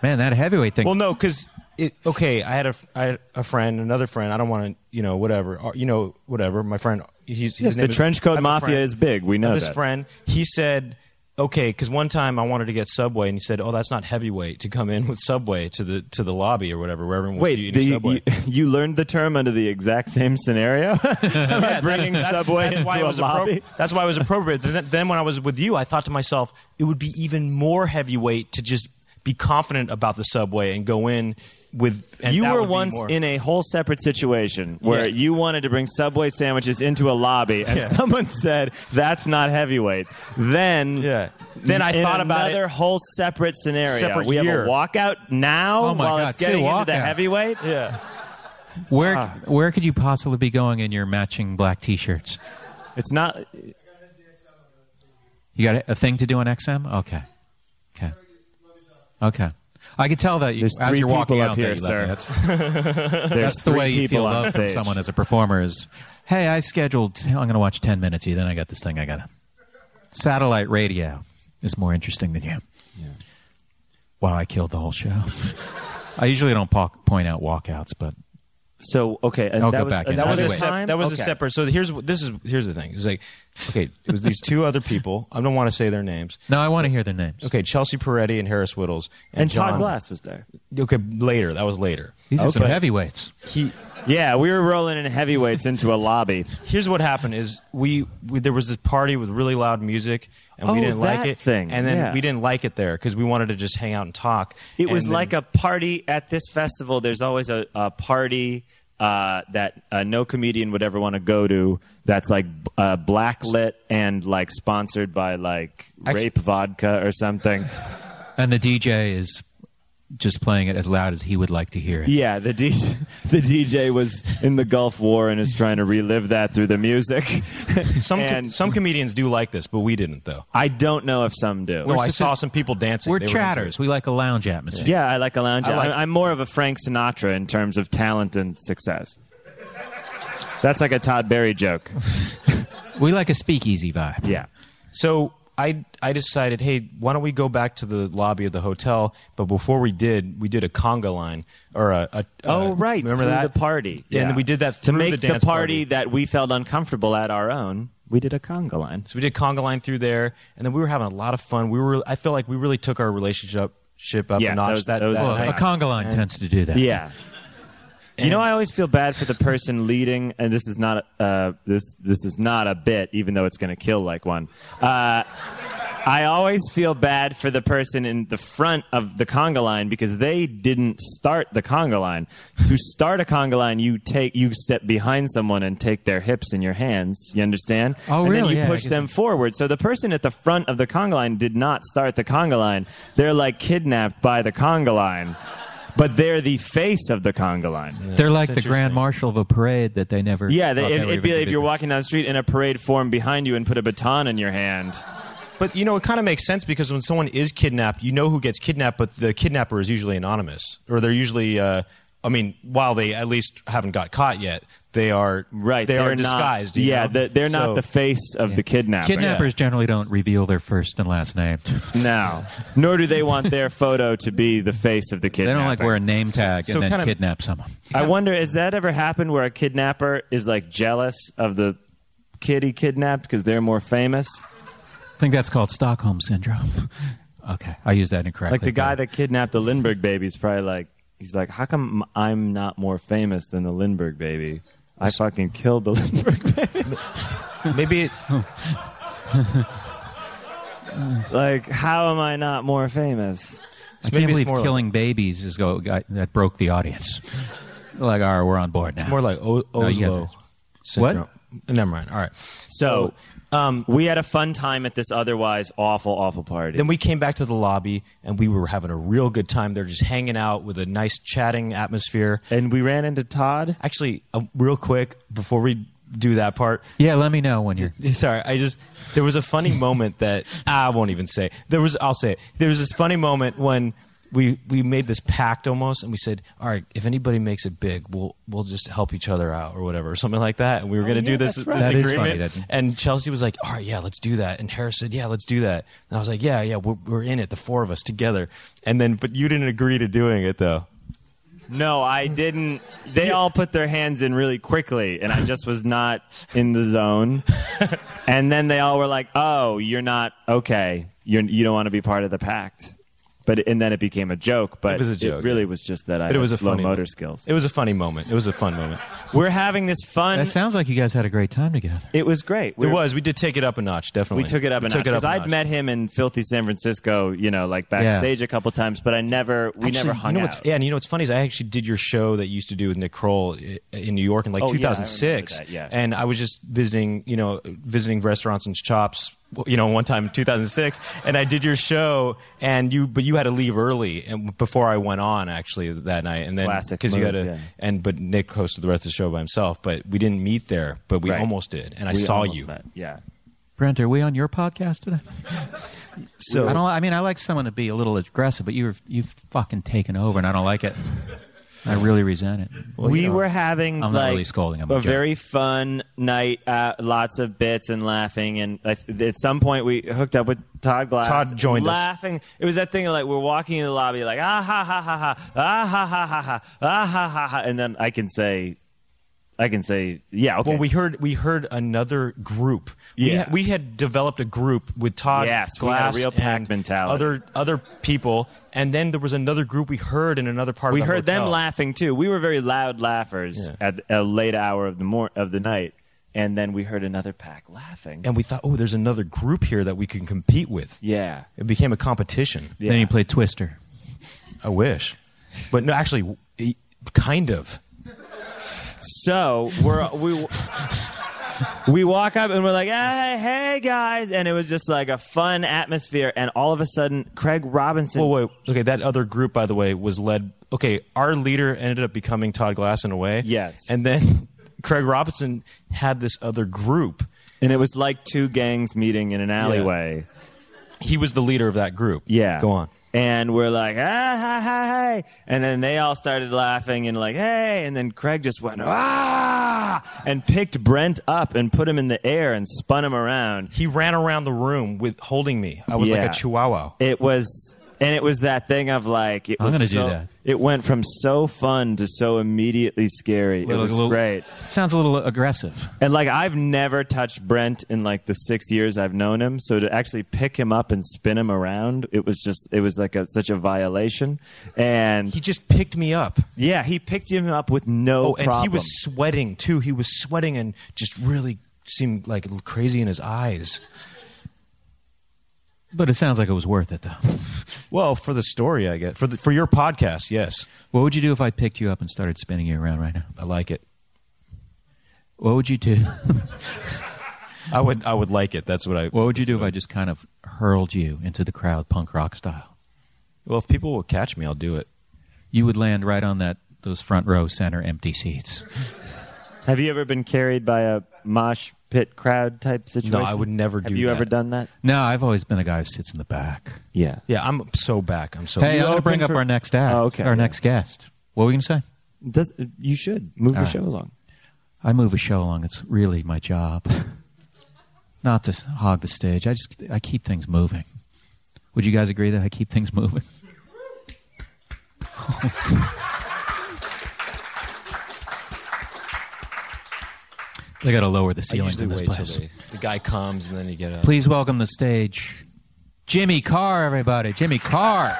Man, that heavyweight thing.
Well, no, because it. Okay, I had a f- I had a friend, another friend. I don't want to, you know, whatever, or, you know, whatever. My friend, he's his
Yes,
name
the
is-
trench
I
coat
have a
mafia
friend-
is big. We know
I have His
that.
friend, he said, okay, because one time I wanted to get Subway, and he said, oh, that's not heavyweight to come in with Subway to the to the lobby or whatever, where everyone was
Wait,
eating
the,
Subway.
you, you learned the term under the exact same scenario? By bringing Subway
that's
into
why it
a
was appro-
lobby?
That's why it was appropriate. then, then when I was with you, I thought to myself, it would be even more heavyweight to just be confident about the Subway and go in with. And
you
that
were
would be
once
more-
in a whole separate situation where
Yeah.
you wanted to bring Subway sandwiches into a lobby, and
Yeah.
someone said that's not heavyweight. Then,
Yeah. Then I
in
thought about it-
another whole separate scenario.
Separate
we
year.
have a walkout now
Oh my
while
God,
it's getting
two
into the
walkouts.
heavyweight.
Yeah.
where
uh,
where could you possibly be going in your matching black T-shirts?
It's not.
You got a- a thing to do on XM? Okay. Okay. Okay. I could tell that you,
There's
as
three
you're walking
people
out
up
there,
here,
you love
sir.
it. That's,
That's
that's the way you feel love from someone as a performer is, hey, I scheduled, I'm going to watch 10 minutes of you, then I got this thing I got to. Satellite radio is more interesting than you. Wow, I killed the whole show. I usually don't po- point out walkouts, but
So okay, and
I'll
that
go
was
back in.
that was
that
a
was a sep-
time?
that was
Okay.
a separate. So here's what- this is here's the thing. It's like, okay, it was these two other people. I don't want to say their names.
no, I want to hear their names.
Okay, Chelsea Peretti and Harris Whittles
And Todd
John-
Glass was there.
Okay, later. That was later.
These are some
But
heavyweights.
He
Yeah, we were rolling in heavyweights into a lobby.
here's what happened is we, we there was this party with really loud music and we
Oh,
didn't
that
like it
thing,
and then
yeah.
we didn't like it there because we wanted to just hang out and talk
It was like a party at this festival. There's always a, a party uh, that uh, no comedian would ever want to go to. That's like b- uh, blacklit and like sponsored by like rape vodka or something.
And the DJ is just playing it as loud as he would like to hear it.
Yeah, the DJ, the DJ was in the Gulf War and is trying to relive that through the music.
some co-
and-
some comedians do like this but we didn't though
I don't know if some do.
no, I
just-
saw some people dancing
We're
They into
chatters.
it.
We like a lounge atmosphere.
yeah, I like a lounge.
I like-
I'm, I'm more of a Frank Sinatra in terms of talent and success. That's like a Todd Berry joke.
We like a speakeasy vibe.
Yeah.
so I I decided, hey, why don't we go back to the lobby of the hotel? But before we did, we did a conga line or a, a
Oh
a-
right,
Uh, remember
through
that
the party.
Yeah, and then we did that
to
through
make
the dance
party,
party.
that we felt uncomfortable at our own. We did a conga line.
So we did conga line through there, and then we were having a lot of fun. We were I feel like we really took our relationship ship up
Yeah,
a notch
that was-
that,
that was
that
a
night.
A conga line tends to do that.
Yeah. you know, I always feel bad for the person leading, and this is not uh, this this is not a bit, even though it's going to kill like one. Uh, I always feel bad for the person in the front of the conga line because they didn't start the conga line. to start a conga line, you take you step behind someone and take their hips in your hands. You understand?
Oh,
and then
really?
you
Yeah, I
push
guess
them forward. So the person at the front of the conga line did not start the conga line. They're like kidnapped by the conga line, but they're the face of the conga line.
They're like the grand marshal of a parade that they never.
Yeah,
thought
they,
they
it,
were
would be
even
like if you're
gonna
walking down the street and a parade formed behind you and put a baton in your hand.
But you know, it kind of makes sense because when someone is kidnapped, you know who gets kidnapped, but the kidnapper is usually anonymous, or they're usually. Uh, I mean, while they at least haven't got caught yet, they are
Right,
They
they're
are
not-
disguised. you
yeah,
know?
they're, they're not
So-
the face of the
do.
kidnapping.
Kidnappers generally don't reveal their first and last name.
No, nor do they want their photo to be the face of the
They
kidnapping.
don't like wear a name tag
so
and then
kind of-
kidnap someone.
I wonder, has that ever happened where a kidnapper is like jealous of the kid he kidnapped because they're more famous?
I think that's called Stockholm syndrome. okay, I uh, use that incorrectly.
Like the guy
but-
that kidnapped the Lindbergh baby is probably like, he's like, how come I'm not more famous than the Lindbergh baby? I fucking killed the Lindbergh baby.
maybe it,
Like, how am I not more famous?
I
maybe
can't
it's
believe
more like-
killing babies is go guy, that broke the audience. like, all right, we're on board now.
more like o-
No, you
Oslo.
guys-
syndrome. Never mind. All right.
So, um, we had a fun time at this otherwise awful, awful party.
Then we came back to the lobby and we were having a real good time. They're just hanging out with a nice chatting atmosphere.
and we ran into Todd.
Actually, uh, real quick before we do that part,
Yeah, let me know when you're.
Sorry, I just there was a funny moment that I won't even say. There was I'll say it. There was this funny moment when we we made this pact almost, and we said, "All right, if anybody makes it big, we'll we'll just help each other out or whatever, or something like that." And
Oh,
we were going to do this, this
That is funny,
agreement.
that-
and Chelsea was like, "All right, yeah, let's do that." And Harris said, "Yeah, let's do that." And I was like, "Yeah, yeah, we're, we're in it, the four of us together." And then, but you didn't agree to doing it though.
No, I didn't. They all put their hands in really quickly, and I just was not in the zone. and then they all were like, "Oh, you're not okay. You're, you don't want to be part of the pact." But and then it became a joke. But
It was a joke,
really was just that I
But it was
had
a
slow
funny
motor
moment.
skills.
It was a funny moment. It was a fun moment.
We're having this fun.
That sounds like you guys had a great time together.
it was great. We
It
were-
was. We did take it up a notch. Definitely,
We took it up a
We
notch because
a
I'd
notch.
met him in filthy San Francisco, you know, like backstage a couple times, but I never, we
Actually,
never hung
you know
out.
What's, yeah, and you know what's funny is I actually did your show that you used to do with Nick Kroll i- in New York in like
Oh, yeah, I remember
2006.
that, yeah.
And I was just visiting, you know, visiting restaurants and shops, you know, one time in 2006, and I did your show, and you, but you had to leave early and before I went on actually that night, and then
Classic
because you
move,
had to,
yeah.
and but Nick hosted the rest of the show by himself, but we didn't meet there, but we
Right.
almost did, and I
We
saw
almost
you.
met, Yeah.
Brent, are we on your podcast today?
So
I don't. I mean, I like someone to be a little aggressive, but you've you've fucking taken over, and I don't like it. I really resent it.
we
you know,
were having
I'm not
like
really scolding. I'm
a
joking.
very fun night, uh, lots of bits and laughing. And I, at some point, we hooked up with Todd Glass.
Todd joined us.
laughing. It was that thing of like we're walking in the lobby, like ah ha ha ha ha ah ha ha ha ha ah ha ha ha, and then I can say, I can say yeah. Okay.
Well, we heard we heard another group. We,
Yeah.
ha- we had developed a group with Todd
Yes, we had a
Glass,
real pack
and
mentality.
other other people, and then there was another group we heard in another part.
we
of the
heard them
hotel.
laughing too. We were very loud laughers
Yeah.
at a late hour of the mor- of the night, and then we heard another pack laughing.
and we thought, oh, there's another group here that we can compete with.
yeah,
It became a competition.
yeah.
Then you played Twister.
I wish, but no, actually, w- e- kind of.
so we're we. We walk up and we're like, hey, hey guys, and it was just like a fun atmosphere. And all of a sudden, Craig Robinson.
Well, wait. Okay, that other group, by the way, was led. Okay, our leader ended up becoming Todd Glass in a way.
Yes.
and then Craig Robinson had this other group.
and it was like two gangs meeting in an alleyway.
He was the leader of that group.
Yeah.
go on.
And we're like, ah, ha, ha, hey. And then they all started laughing and like, hey. And then Craig just went, ah. ah, and picked Brent up and put him in the air and spun him around.
He ran around the room with holding me. I was
Yeah.
like a chihuahua.
It was, and it was that thing of like, it
I'm
was
gonna do
so-
that.
It went from so fun to so immediately scary. it
Little-
was
little-
great.
Sounds a little aggressive.
And like, I've never touched Brent in like the six years I've known him. So to actually pick him up and spin him around, it was just, it was like a, such a violation. And
He just picked me up. Oh,
yeah, he picked him up with no
and
problem.
he was sweating too. He was sweating and just really seemed like crazy in his eyes.
But it sounds like it was worth it, though.
Well, for the story, I guess. For the, for your podcast, yes,
What would you do if I picked you up and started spinning you around right now?
I like it.
What would you do?
I would I would like it. That's what I.
What would you do if I just kind of hurled you into the crowd, punk rock style?
Well, if people will catch me, I'll do it.
You would land right on that those front row center empty seats.
Have you ever been carried by a mosh pit crowd type situation?
I would never
Have
do
you
that.
ever done that?
No, I've always been a guy who sits in the back.
Yeah.
Yeah, I'm so back. I'm so.
Hey, I'm going to
open
bring up
for-
our next act,
Oh, okay.
our
Yeah.
next guest. What were you going to say?
Does, you should move
All
the
right.
show along.
I move a show along. It's really my job. Not to s- hog the stage. I just I keep things moving. Would you guys agree that I keep things moving? they got to lower the
I
ceilings
usually
in this
wait till
place.
they, the guy comes and then you get a.
Please welcome to the stage Jimmy Carr, everybody. Jimmy Carr.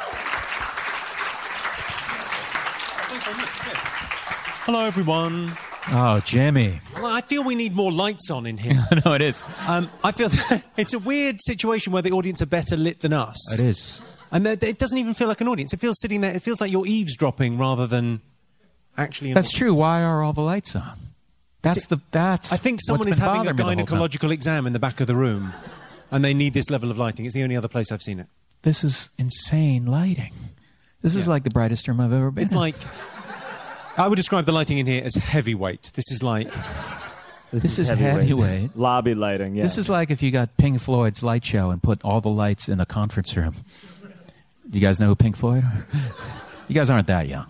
Hello, everyone.
Oh, Jimmy.
Well, I feel we need more lights on in here.
no, it is.
Um, I feel it's a weird situation where the audience are better lit than us.
It is.
And that- it doesn't even feel like an audience. It feels sitting there, it feels like you're eavesdropping rather than actually. an
That's
audience.
true. Why are all the lights on? That's the that's.
I think
what's
someone is
been
having a
bothering me the whole time.
gynecological exam in the back of the room and they need this level of lighting. It's the only other place I've seen it.
this is insane lighting. This is
Yeah.
like the brightest room I've ever been.
It's
in.
like. I would describe the lighting in here as heavyweight. This is like.
This is heavyweight.
Lobby lighting, yeah.
this is like if you got Pink Floyd's light show and put all the lights in a conference room. Do you guys know who Pink Floyd are? You guys aren't that young.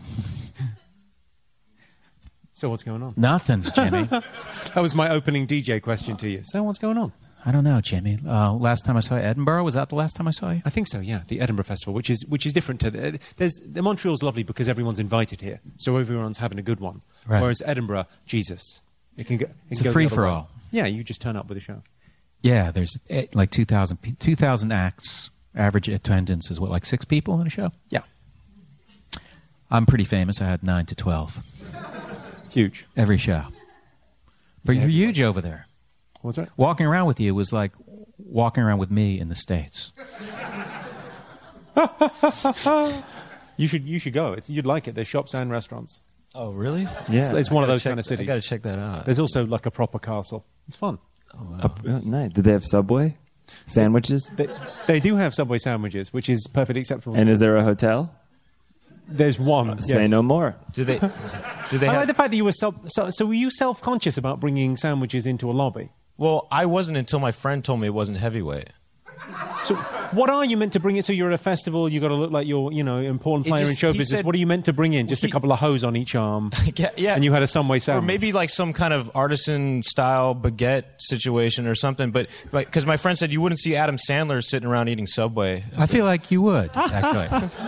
So, what's going on?
Nothing, Jimmy.
That was my opening DJ question to you. So, what's going on?
I don't know, Jimmy. Uh, last time I saw you, Edinburgh, was that the last time I saw you?
I think so. Yeah, the Edinburgh Festival, which is which is different to the, there's the Montreal's lovely because everyone's invited here, so everyone's having a good one.
Right.
Whereas Edinburgh, Jesus, it can go. it can
It's a
go the
free
other
for
way.
all.
Yeah, you just turn up with a show.
Yeah, there's eh, like 2,000 pe- 2,000 acts. Average attendance is what, like six people in a show?
Yeah,
I'm pretty famous. I had nine to 12
huge.
every show. But you're huge over there.
What's that?
walking around with you was like walking around with me in the states
You should you should go. It's, you'd like it. There's shops and restaurants.
Oh, really?
It's, it's one of those kind of cities.
I gotta check that out.
There's also like a proper castle. It's fun.
Oh, nice. Did they have Subway? Sandwiches?
They, they do have subway sandwiches, which is perfectly acceptable.
And is there a hotel?
there's one.
Say
yes.
no more.
Do they? Do they?
I like
Have,
the fact that you were self, so, so were you self conscious about bringing sandwiches into a lobby?
well, I wasn't until my friend told me it wasn't heavyweight.
So, what are you meant to bring it? So, you're at a festival, you got to look like you're, you know, important
It
player
just-
in show
he
business.
said-
what are you meant to bring in? Just a
he-
couple of hoes on each arm.
Yeah, yeah.
And you had a Subway sandwich.
Or maybe like some kind of artisan style baguette situation or something. But because my friend said you wouldn't see Adam Sandler sitting around eating Subway.
i feel like you would actually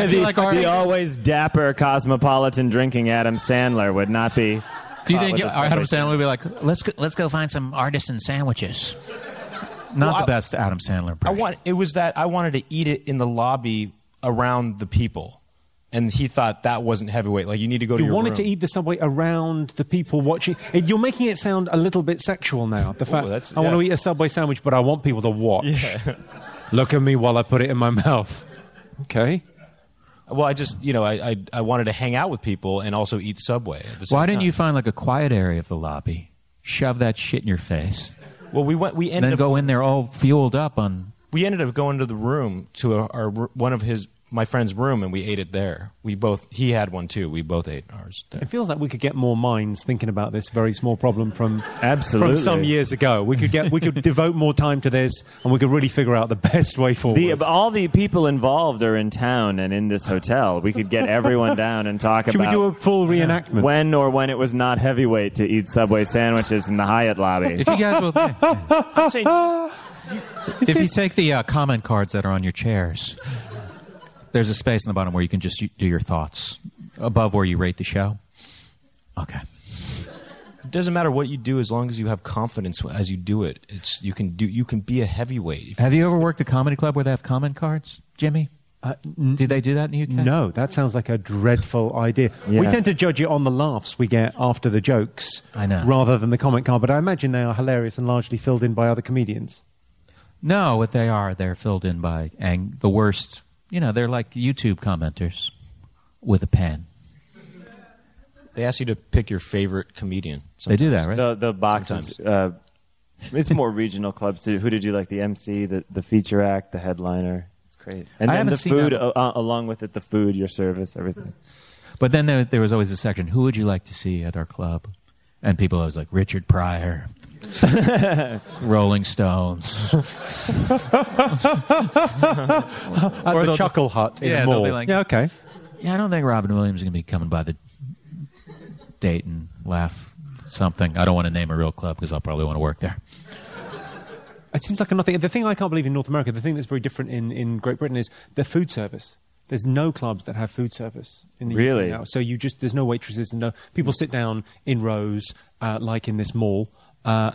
I
the,
feel like our-
the always dapper cosmopolitan drinking Adam Sandler would not be.
do you
caught
think
with a Subway
adam sandler would be like let's go, let's go find some artisan sandwiches not
Well,
the
I-
best adam sandler
I
impression.
want it was that I wanted to eat it in the lobby around the people, and he thought that wasn't heavyweight. Like you need to go to
you
your
wanted
room.
to eat the Subway around the people watching. It, you're making it sound a little bit sexual now. The fact
that's-
I want to
yeah.
eat a Subway sandwich, but I want people to watch. look at me while I put it in my mouth. Okay.
Well, I just you know I, I I wanted to hang out with people and also eat Subway. At the same
why didn't
time.
you find like a quiet area of the lobby shove that shit in your face
Well, we went. We
and
ended
then
up
go in there all fueled up on
we ended up going to the room to our, our one of his
my friend's room and we ate it there. We both he had one too. We both ate ours. There.
It feels like we could get more minds thinking about this very small problem from
Absolutely.
from some years ago. We could get we could devote more time to this, and we could really figure out the best way forward.
The, all the people involved are in town and in this hotel. We could get everyone down and talk
Should we
about
do a full reenactment?
when or when it was not heavyweight to eat Subway sandwiches in the Hyatt lobby.
If you guys will,
I'm saying just-
if you take the uh, comment cards that are on your chairs, there's a space in the bottom where you can just do your thoughts above where you rate the show. Okay.
it doesn't matter what you do as long as you have confidence as you do it. It's you can do you can be a heavyweight.
Have you ever worked a comedy club where they have comment cards, Jimmy?
Uh,
Do they do that in the UK?
No, that sounds like a dreadful idea. We
Yeah.
tend to judge it on the laughs we get after the jokes
I know.
rather than the comment card, but I imagine they are hilarious and largely filled in by other comedians.
No, what they are, they're filled in by ang- the worst. You know, they're like YouTube commenters with a pen.
They ask you to pick your favorite comedian.
They do that, right?
The the boxes. Uh, it's more regional clubs too. Who did you like? The MC, the, the feature act, the headliner. It's great. And
I
then
haven't
the
seen
food,
that.
uh, uh, along with it, the food, your service, everything.
But then there, there was always a section, who would you like to see at our club? And people always like, Richard Pryor, Rolling Stones.
At the Chuckle Hut in
Yeah,
the
they'll
mall.
be like-
yeah, okay.
Yeah, I don't think Robin Williams is going to be coming by the Dayton Laugh something. I don't want to name a real club because I'll probably want to work there.
It seems like nothing. The thing I can't believe in North America, the thing that's very different in, in Great Britain is the food service. There's no clubs that have food service in the
Really?
UK now. So you just there's no waitresses and no people sit down in rows uh, like in this mall. Uh,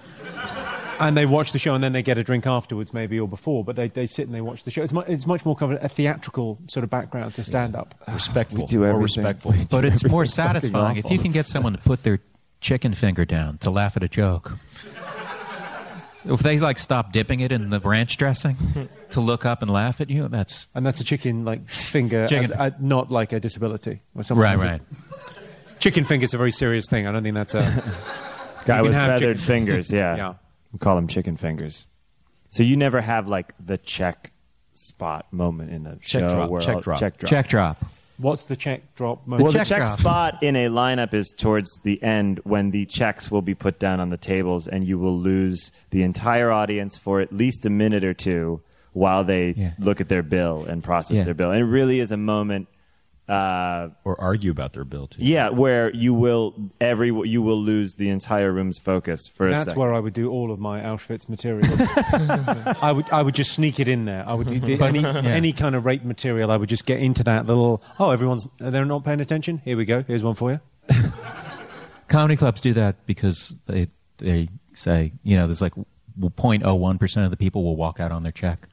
and they watch the show and then they get a drink afterwards, maybe or before. But they, they sit and they watch the show. It's, mu- it's much more kind of a theatrical sort of background to stand up.
respectful.
We do
more
everything.
respectful.
But it's more
Everything's fucking
satisfying if
awful.
you can get someone to put their chicken finger down to laugh at a joke. If they like stop dipping it in the ranch dressing to look up and laugh at you, that's
And that's a chicken like finger,
Chicken.
as- uh, not like a disability or something.
right, right.
Chicken finger's a very serious thing. I don't think that's a.
Guy
You can
with
have
feathered
chicken-
fingers. Yeah.
Yeah.
We call them chicken fingers. So you never have like the check spot moment in a show
drop,
where
check
all-
drop.
check drop.
Check drop.
What's the check drop moment?
Well, the
check
check
drop.
spot in a lineup is towards the end when the checks will be put down on the tables and you will lose the entire audience for at least a minute or two while they
Yeah.
look at their bill and process
Yeah.
their bill. And it really is a moment. Uh,
or argue about their bill too.
yeah, where you will every you will lose the entire room's focus for a
That's
second.
where I would do all of my Auschwitz material. I would I would just sneak it in there. I would do the, any any kind of rape material. I would just get into that little. Oh, everyone's they're not paying attention. Here we go. Here's one for you.
Comedy clubs do that because they they say you know there's like 0.01 percent of the people will walk out on their check,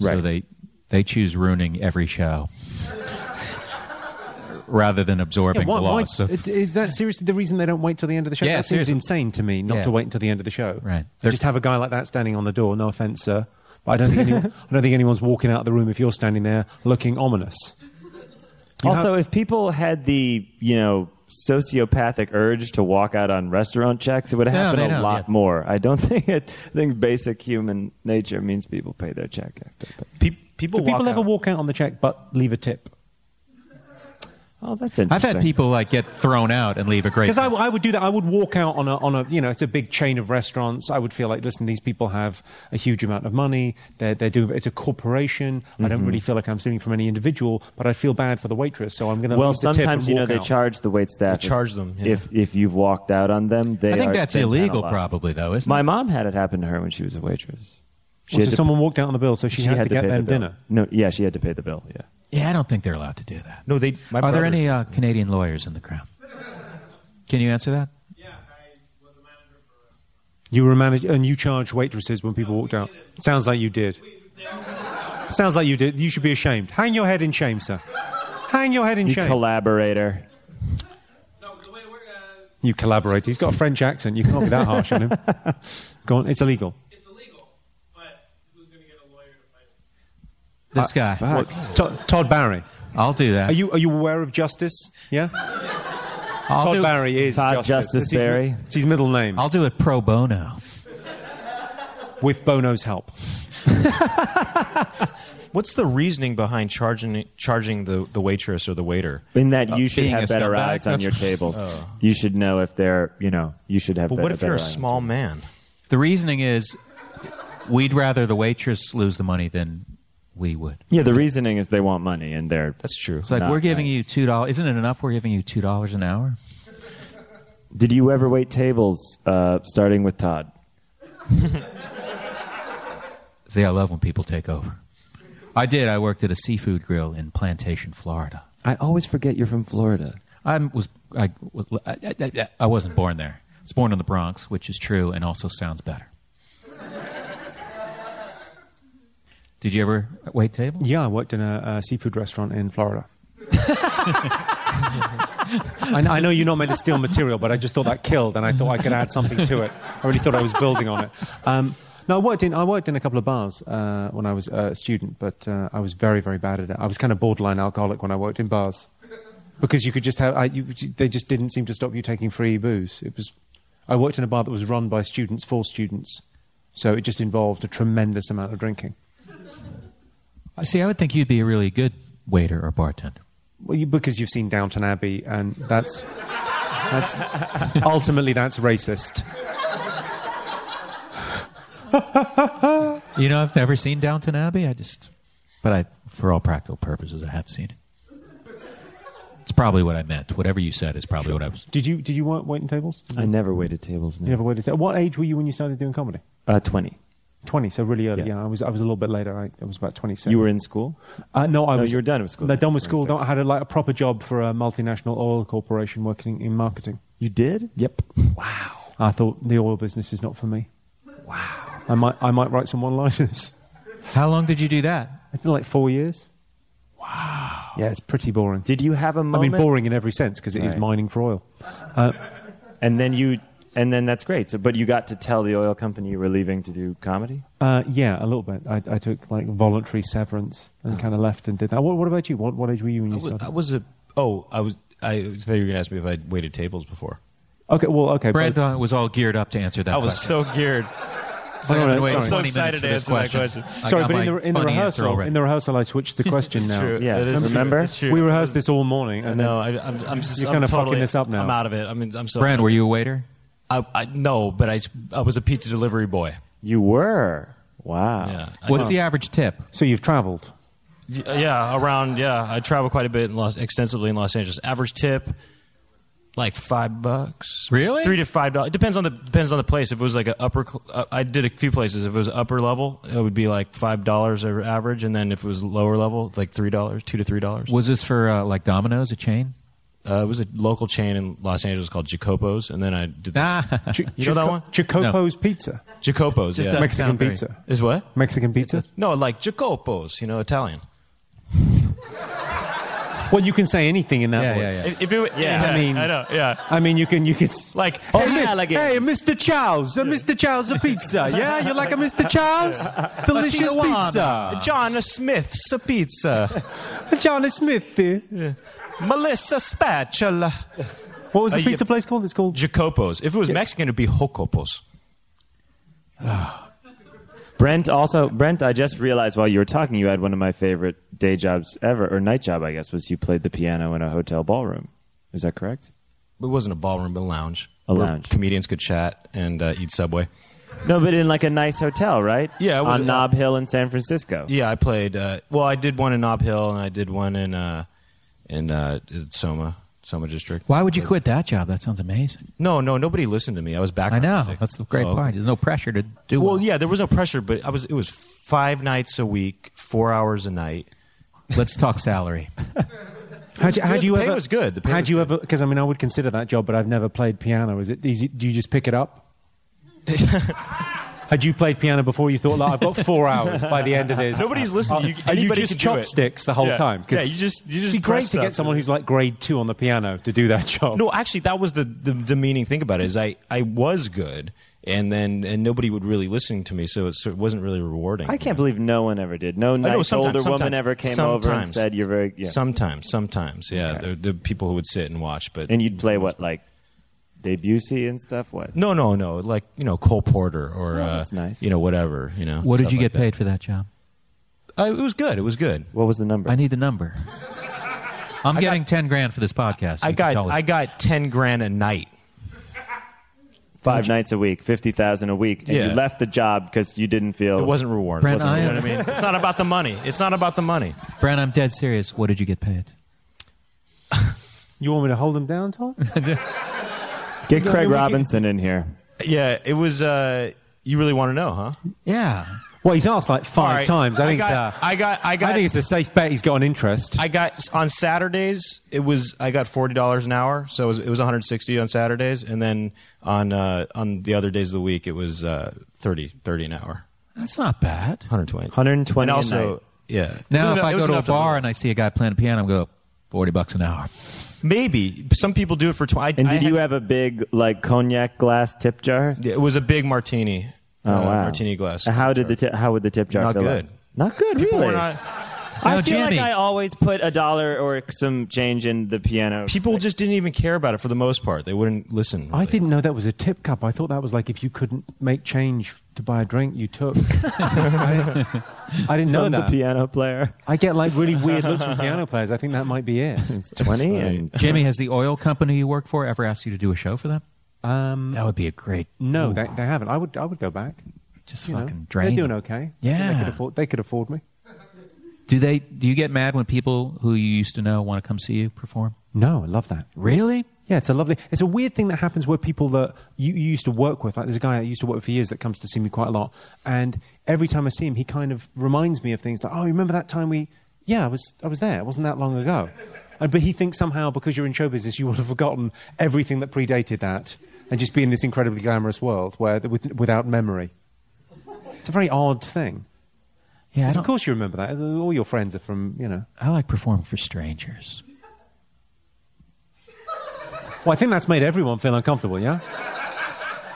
so
Right.
they they choose ruining every show rather than absorbing
why,
the
why-
loss. of-
it- is that seriously the reason they don't wait till the end of the show?
Yeah,
that seems
seriously.
insane to me not
Yeah.
to wait until the end of the show.
Right.
To just have a guy like that standing on the door. No offense, sir, but I don't think anyone, I don't think anyone's walking out of the room if you're standing there looking ominous.
also, if people had the you know sociopathic urge to walk out on restaurant checks, it would happen
they
a
don't,
lot
yeah.
more. I don't think it. I think basic human nature means people pay their check. After, but,
Pe- people
Do people
walk
ever
out-
walk out on the check but leave a tip?
oh, that's interesting.
I've had people like get thrown out and leave a great.
Because I, I would do that. I would walk out on a, on a, you know, it's a big chain of restaurants. I would feel like, listen, these people have a huge amount of money. They're, they're doing, it's a corporation. I
Mm-hmm.
don't really feel like I'm stealing from any individual, but I feel bad for the waitress. So I'm going to
Well,
leave the tip
sometimes
and
you know
walk
they
out.
charge the wait staff.
They charge them, yeah.
if if you've walked out on them. They
I think
are
that's
then
illegal,
penalized.
probably though, isn't
My
it?
mom had it happen to her when she was a waitress. She
Well,
had
so
to-
someone walked out on the bill, so she, had, to get
pay the
them
bill.
dinner.
No, yeah, she had to pay the bill. Yeah.
Yeah, I don't think they're allowed to do that.
No, they. My
Are there
brother-
any uh, Canadian lawyers in the crowd? Can you answer that?
You were a manager, and you charged waitresses when people walked out. Sounds like you did. Sounds like you did. You should be ashamed. Hang your head in shame, sir. Hang your head in
You
shame.
collaborator.
uh,
you collaborate. He's got a French accent. You can't be that harsh on him. Go on. It's illegal.
It's illegal, but who's going to get a lawyer to fight it?
This guy.
What, Todd, Todd Barry.
I'll do that.
Are you are you aware of justice? Yeah.
I'll
Todd
do,
Barry is
Todd Justice
It's his mi-
Barry.
It's his middle name.
I'll do it pro bono.
with Bono's help.
What's the reasoning behind charging charging the, the waitress or the waiter?
In that you should
being
have
a
better
scumbag?
eyes on your table. You should know if they're, you know, you should have.
But
better,
what if you're a
better eye on
small man?
The reasoning is we'd rather the waitress lose the money than we would.
Yeah, the reasoning is they want money and they're.
That's true.
It's like
Not
we're giving
nice.
you $2. Isn't it enough? We're giving you $2 an hour.
Did you ever wait tables uh, starting with Todd?
See, I love when people take over. I did. I worked at a seafood grill in Plantation, Florida.
I always forget you're from Florida.
I was I, was- I, I, I wasn't born there. I was born in the Bronx, which is true and also sounds better. Did you ever wait table?
Yeah, I worked in a, a seafood restaurant in Florida. I, kn- I know you're not meant to steal material, but I just thought that killed, and I thought I could add something to it. I really thought I was building on it. Um, no, I worked in I worked in a couple of bars uh, when I was a student, but uh, I was very very bad at it. I was kind of borderline alcoholic when I worked in bars because you could just have I, you, they just didn't seem to stop you taking free booze. It was I worked in a bar that was run by students for students, so it just involved a tremendous amount of drinking.
I See, I would think you'd be a really good waiter or bartender.
Well, you, because you've seen Downton Abbey, and that's that's ultimately that's racist.
You know, I've never seen Downton Abbey. I just, but I, for all practical purposes, I have seen it. It's probably what I meant. Whatever you said is probably what I was.
Did you did you work waiting tables? Did
I never waited tables. No.
you ever wait at ta- What age were you when you started doing comedy?
uh, Twenty.
Twenty, so really early.
Yeah.
Yeah, I was I was a little bit later. I, I was about twenty six.
You were in school.
Uh, no, I
No,
was.
you were done with school.
No, done with school.
26.
I had a, like a proper job for a multinational oil corporation working in marketing.
You did. Yep.
I thought the oil business is not for me. Wow. I might I might write some one liners.
How long did you do that?
I did like four years. Wow. Yeah, it's pretty boring.
Did you have a
I mean,
moment?
boring in every sense because it is
Right.
mining for oil.
And then you, and then that's great. So, but you got to tell the oil company you were leaving to do comedy.
Uh, yeah, a little bit. I, I took like voluntary severance and kind of left and did that. What, what about you? What, what age were you
Ah.
when
I
you
was, I
started?
was a oh I was I thought you were gonna ask me if I'd waited tables before.
Okay, well, okay. but-
Brandon was all geared up to answer that.
I was
question.
so geared.
So I've
Oh,
been
no,
waiting
sorry.
20
I'm so excited
minutes for
to
this
answer that
question. I
sorry,
got
but
my
in the, in the
funny answer
rehearsal,
already.
in the rehearsal, I switched the question now.
True.
Oh, Yeah,
That is true.
remember?
It's true.
We rehearsed this all morning.
I
And
know.
then-
I, I'm, I'm just.
You're
I'm
kinda fucking
totally,
this up now.
I'm out of it. I mean, I'm so.
Brand, were you a waiter?
I, I no, but I, I was a pizza delivery boy.
You were. Wow.
Yeah. I-
What's the average tip?
so you've traveled.
Y- yeah, around yeah. I travel quite a bit in Los, extensively in Los Angeles. Average tip, like five bucks.
Really?
Three to five dollars. It depends on the depends on the place. If it was like a upper, cl- uh, I did a few places. If it was upper level, it would be like five dollars average, and then if it was lower level, like three dollars, two to three dollars.
Was this for uh, like Domino's, a chain?
Uh, it was a local chain in Los Angeles called Jacopo's, and then I did this.
Ah,
Ch-
You know that one?
Jacopo's Pizza.
Jacopo's.
Just
yeah.
Doesn't a-
Mexican
sound very-
pizza.
is what?
Mexican pizza?
No, like Jacopo's. You know, Italian.
Well, you can say anything in that
Yeah, yeah,
voice.
yeah.
If, if it, yeah,
I mean-
I know. Yeah,
I mean, you can, you can. s-
like
Oh, mi- hey, Mr. Chow's, a Mr. Chow's a pizza. Yeah, you like a Mr. Chow's? Delicious pizza.
Uh, John Smith's pizza. Uh,
Johnny Smith. eh?
Melissa Spatula.
What was the
Uh,
pizza
yeah.
place called? It's called
Jacopos. If it was Mexican, it'd be Jocopos.
Brent also Brent, I just realized while you were talking, you had one of my favorite day jobs ever, or night job, I guess, was you played the piano in a hotel ballroom. Is that correct?
It wasn't a ballroom, but a lounge.
A
Where
lounge.
Comedians could chat and uh, eat Subway.
No, but in like a nice hotel, right?
Yeah, it was-
on Nob Hill in San Francisco.
Yeah, I played. Uh, well, I did one in Knob Hill, and I did one in uh, in uh, in Soma, Soma District.
why would you quit that job? That sounds amazing.
No, no, nobody listened to me. I was back.
I know. That's the great part. There's no pressure to do
Well,
well.
yeah, there was no pressure, but I was. It was five nights a week, four hours a night.
Let's talk salary.
Had you,
was
had
good.
you
The pay
ever?
was good. The pay
had
was
you
good.
ever? Because I mean, I would consider that job, but I've never played piano. Is it easy? Do you just pick it up? had you played piano before? You thought, like, I've got four hours by the end of this. Uh,
Nobody's listening. You-
Are you
anybody
just
could do it.
chopsticks the whole
Yeah.
time? 'Cause
Yeah, you just- you just
It'd be great
press
to
stuff.
get someone who's like grade two on the piano to do that
Oh.
job.
No, actually, that was the, the demeaning thing about it is I, I was good, and then and nobody would really listen to me, so it, so it wasn't really rewarding.
I can't believe no one ever did. No
I know,
nice
sometimes-
older woman
sometimes-
ever came over and
sometimes.
said you're very yeah.
Sometimes, sometimes, yeah, the, the people who would sit and watch, but
and you'd play what, like Debussy and stuff? What?
no, no, no, like you know Cole Porter or
Oh,
uh,
that's nice.
you know whatever, you know.
What did
stuff
you get
like
paid for that job?
that.
Uh, it was good. It was good.
What was the number?
I need the number. I'm getting ten grand for this podcast.
I
You can
got
tell it.
I got ten grand a night.
Five nights a week, fifty thousand a week, and
Yeah.
you left the job because you didn't feel
It wasn't rewarding.
Brent,
wasn't
I am-
rewarding. I mean, it's not about the money. It's not about the money.
Brent, I'm dead serious. What did you get paid?
You want me to hold him down, Tom?
Get
No,
Craig
we can-
Robinson in here.
Yeah, it was. Uh, you really want to know, huh?
Yeah,
Well, he's asked like
All
five
right.
times. I think
got,
it's, uh,
I got. I got.
I think it's a safe bet he's got an interest.
I got on Saturdays. It was I got forty dollars an hour, so it was, it was one hundred sixty on Saturdays, and then on uh, on the other days of the week, it was uh, 30, 30 an hour,
that's not bad.
one hundred twenty.
120
And
a
also,
night.
yeah.
Now,
It was
if
enough-
I
it was
go to a
enough
bar and I see a guy playing a piano, I'm going forty bucks an hour.
maybe some people do it for twenty.
And did you have a big like cognac glass tip jar?
It was a big martini.
Oh
uh,
wow,
Martini glass.
And How did the ti- how would the tip jar
Not
fill
good.
Up? Not good,
People
really.
were not-
I
No,
feel
Jimmy.
like I always put a dollar or some change in the piano.
people just didn't even care about it for the most part. They wouldn't listen.
I
really.
didn't know that was a tip cup. I thought that was like if you couldn't make change to buy a drink, you took. I, I didn't know
from the
that.
piano player.
I get like really weird looks from piano players. I think that might be it.
It's twenty, and
Jamie, has the oil company you work for ever asked you to do a show for them?
Um,
That would be a great.
no, they, they haven't. I would, I would go back.
Just
You know,
fucking drain.
They're
them.
doing okay.
Yeah.
they could afford, they could afford me.
Do they? Do you get mad when people who you used to know want to come see you perform?
No, I love that.
Really?
Yeah, it's a lovely. It's a weird thing that happens where people that you, you used to work with, like there's a guy I used to work with for years that comes to see me quite a lot, and every time I see him, he kind of reminds me of things like, "Oh, remember that time we? Yeah, I was I was there. It wasn't that long ago." And, but he thinks somehow because you're in show business, you will have forgotten everything that predated that, and just be in this incredibly glamorous world where with, without memory. It's a very odd thing.
Yeah. I,
'Cause Of
don't-
course, you remember that. All your friends are from you know.
I like performing for strangers.
Well, I think that's made everyone feel uncomfortable, yeah?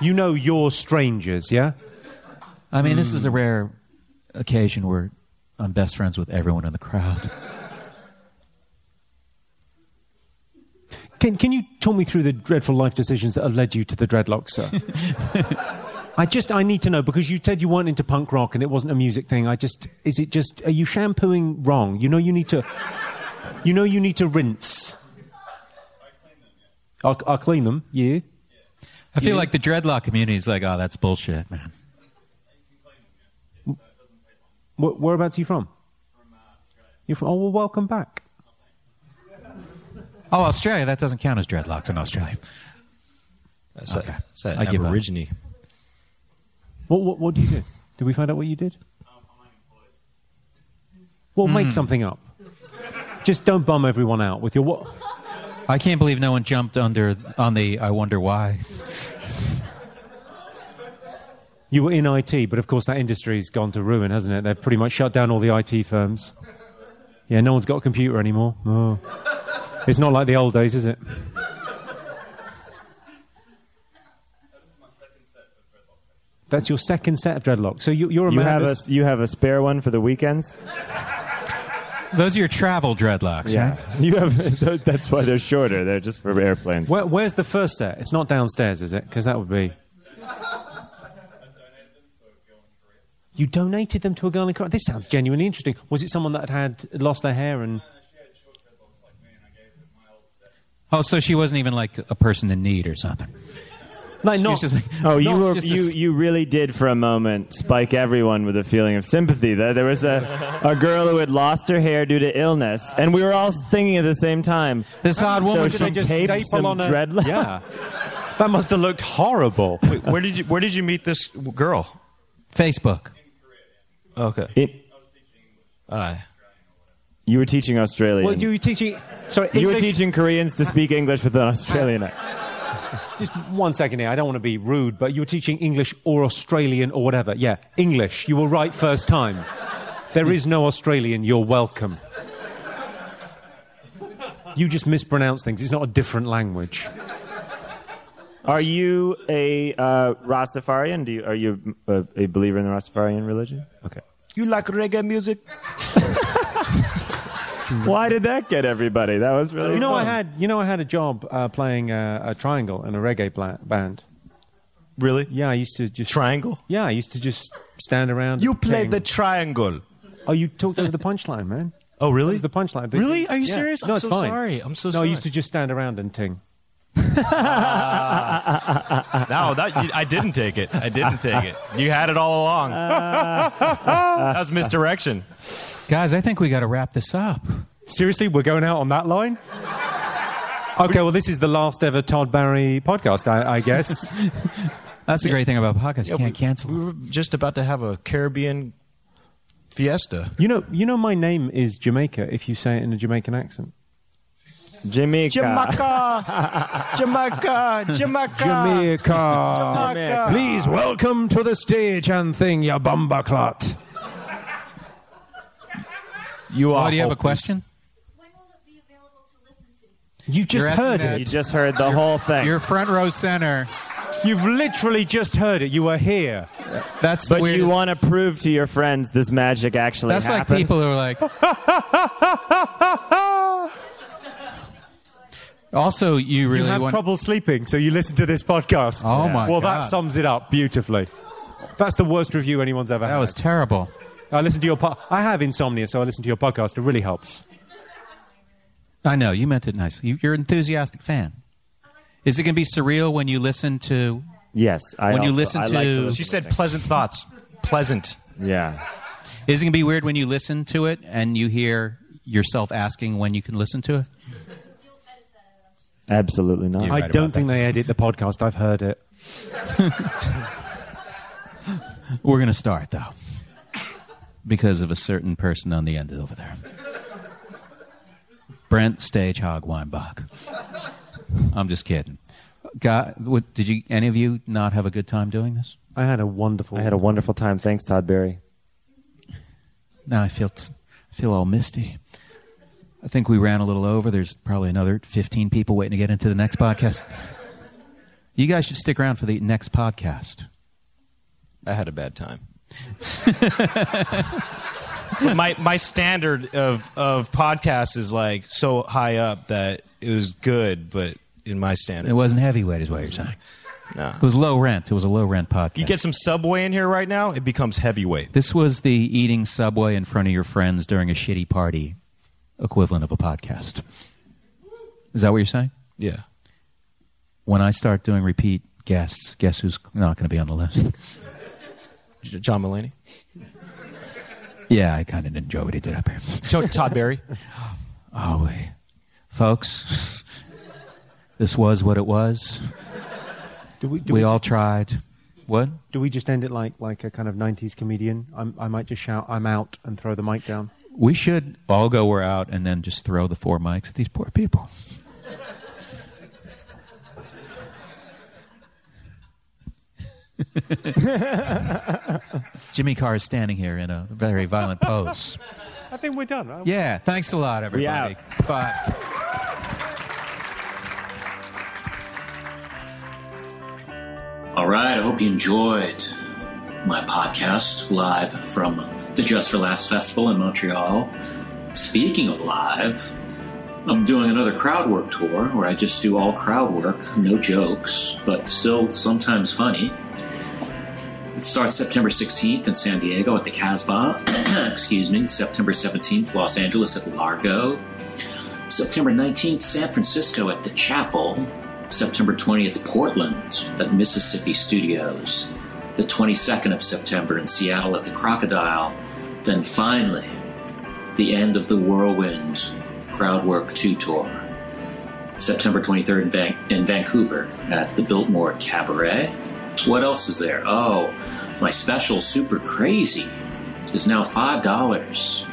You know you're strangers, yeah?
I mean, this is a rare occasion where I'm best friends with everyone in the crowd.
Can, can you talk me through the dreadful life decisions that have led you to the dreadlocks, sir? I just, I need to know because you said you weren't into punk rock and it wasn't a music thing. I just, is it just, are you shampooing wrong? You know you need to, you know you need to rinse. I'll, I'll clean them, yeah?
I feel like the dreadlock community is like, oh, that's bullshit, man.
Where, whereabouts are you from? You're from, oh, well, welcome back.
Oh, Australia, that doesn't count as dreadlocks in Australia.
That's that-
Okay.
that's that
I give up.
Aborigine.
What, what, what do you do? Did we find out what you did? Well,
Hmm.
make something up. Just don't bum everyone out with your what?
I can't believe no one jumped under on the I wonder why.
You were in IT, but of course that industry's gone to ruin, hasn't it? They've pretty much shut down all the IT firms. Yeah, no one's got a computer anymore. Oh. It's not like the old days, is it? That's your second set of dreadlocks. So you, you're a
you
man.
have a
that's-
you have a spare one for the weekends.
Those are your travel dreadlocks, right?
you have. That's why they're shorter. They're just for airplanes.
Where, where's the first set? It's not downstairs, is it? Because that would be. You donated them to a girl in Korea. This sounds genuinely interesting. Was it someone that had had lost their hair and?
Oh, so she wasn't even like a person in need or something.
Like
She
not.
was just like,
Oh, you
Not
were
just a
you,
s-
you really did for a moment spike everyone with a feeling of sympathy. There, there was a, a girl who had lost her hair due to illness, and we were all thinking at the same time.
this odd woman.
so
Did I
she
just
taped
staple
some
on a-
dreadlocks.
Yeah. That must have looked horrible.
Wait, where did you Where did you meet this girl?
Facebook.
Okay.
It-
Uh,
you were teaching Australian.
Well, you were teaching. Sorry,
You were
English-
teaching Koreans to speak English with an Australian. accent.
Just one second here. I don't want to be rude, but you were teaching English or Australian or whatever. Yeah, English. You were right first time. There is no Australian. You're welcome. You just mispronounce things. It's not a different language.
Are you a uh, Rastafarian? Do you, are you a, a believer in the Rastafarian religion? Okay.
you like reggae music?
Why did that get everybody? That was really.
You know, I
fun.
had you know I had a job uh, playing uh, a triangle in a reggae bla- band.
Really?
Yeah, I used to just
Triangle.
Yeah, I used to just stand around.
You
and
play
sing.
the triangle.
Oh, you talked over the punchline, man.
Oh, really?
That was the punchline.
Really? Are you
Yeah.
serious?
no,
I'm
it's
so
fine.
sorry. I'm so
no,
sorry.
I used to just stand around and ting.
No, that you, I didn't take it. I didn't take it. You had it all along. that was misdirection.
Guys, I think we got to wrap this up.
Seriously, we're going out on that line? Okay, well, this is the last ever Todd Barry podcast, I, I guess.
That's the great thing about podcasts. You
Yeah,
can't
we-
cancel.
We were just about to have a Caribbean fiesta.
you know, you know, my name is Jamaica. If you say it in a Jamaican accent,
Jamaica.
Jamaica, Jamaica.
Jamaica. Please welcome to the stage and thing, ya bumba clot.
You are.
Oh, do you have a question?
When will it be available to listen to?
You just
You're asking
heard
that-
it.
You just heard the whole thing.
You're front row center.
You've literally just heard it. You were here.
That's
but
weird.
you want to prove to your friends this magic actually
That's like
happened.
people who are like. also, you really
you have
want.
trouble sleeping, so you listen to this podcast.
Oh my
Well,
God.
that sums it up beautifully. That's the worst review anyone's ever
That
had.
was terrible.
I listen to your. Po- I have insomnia, so I listen to your podcast. It really helps.
I know you meant it nicely. You, you're an enthusiastic fan. Is it going to be surreal when you listen to?
Yes, I
When you
also-
listen
I like
to-
listen
She
to
said
things.
pleasant thoughts. Pleasant.
"Yeah,
Is it going to be weird when you listen to it and you hear yourself asking when you can listen to it?
absolutely not."
You're
I
right
don't
about
think they edit the podcast. I've heard it.
We're going to start though, because of a certain person on the end over there. Brent Stage Hog Weinbach. I'm just kidding. God, what, did you? Any of you not have a good time doing this?
I had a wonderful.
I had a wonderful time. Thanks, Todd Berry.
Now I feel t- I feel all misty. I think we ran a little over. There's probably another 15 people waiting to get into the next podcast. You guys should stick around for the next podcast.
I had a bad time. But my my standard of of podcasts is like so high up that it was good, but in my standard,
It wasn't heavyweight, is what you're saying.
No.
It was low rent. It was a low rent podcast.
you get some Subway in here right now, it becomes heavyweight.
this was the eating Subway in front of your friends during a shitty party equivalent of a podcast. Is that what you're saying?
Yeah.
When I start doing repeat guests, guess who's not going to be on the list?
J- John Mulaney,
yeah, I kind of enjoy what he did up here.
To- Todd Berry.
Oh, we? Folks, this was what it was.
Do we? Do
We
we,
all tried. What?
do we just end it like like a kind of '90s comedian? I'm, I might just shout, "I'm out," and throw the mic down.
We should all go we're out and then just throw the four mics at these poor people. Jimmy Carr is standing here in a very violent pose.
I think we're done. Right?
Yeah, thanks a lot, everybody. Bye.
All right, I hope you enjoyed my podcast live from the Just for Laughs Festival in Montreal. Speaking of live, I'm doing another crowd work tour where I just do all crowd work, no jokes, but still sometimes funny. It starts September 16th in San Diego at the Casbah. Excuse me. September 17th, Los Angeles at Largo. September 19th, San Francisco at the Chapel. September 20th, Portland at Mississippi Studios. The 22nd of September in Seattle at the Crocodile. Then finally, the end of the Whirlwind Crowd Work 2 Tour. September 23rd in, Van- in Vancouver at the Biltmore Cabaret. What else is there? Oh, my special Super Crazy is now $5.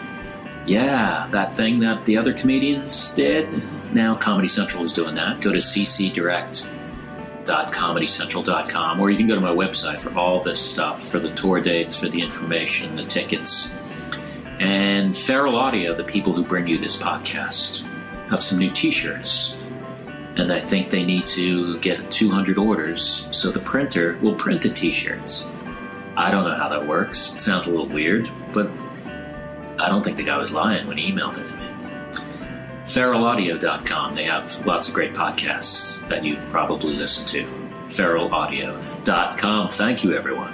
Yeah, that thing that the other comedians did. Now Comedy Central is doing that. Go to ccdirect.comedycentral.com or you can go to my website for all this stuff, for the tour dates, for the information, the tickets. And Feral Audio, the people who bring you this podcast, have some new t shirts. And I think they need to get 200 orders so the printer will print the t shirts. I don't know how that works. It sounds a little weird, but I don't think the guy was lying when he emailed it to me. Feralaudio.com. They have lots of great podcasts that you probably listen to. Feralaudio.com. Thank you, everyone.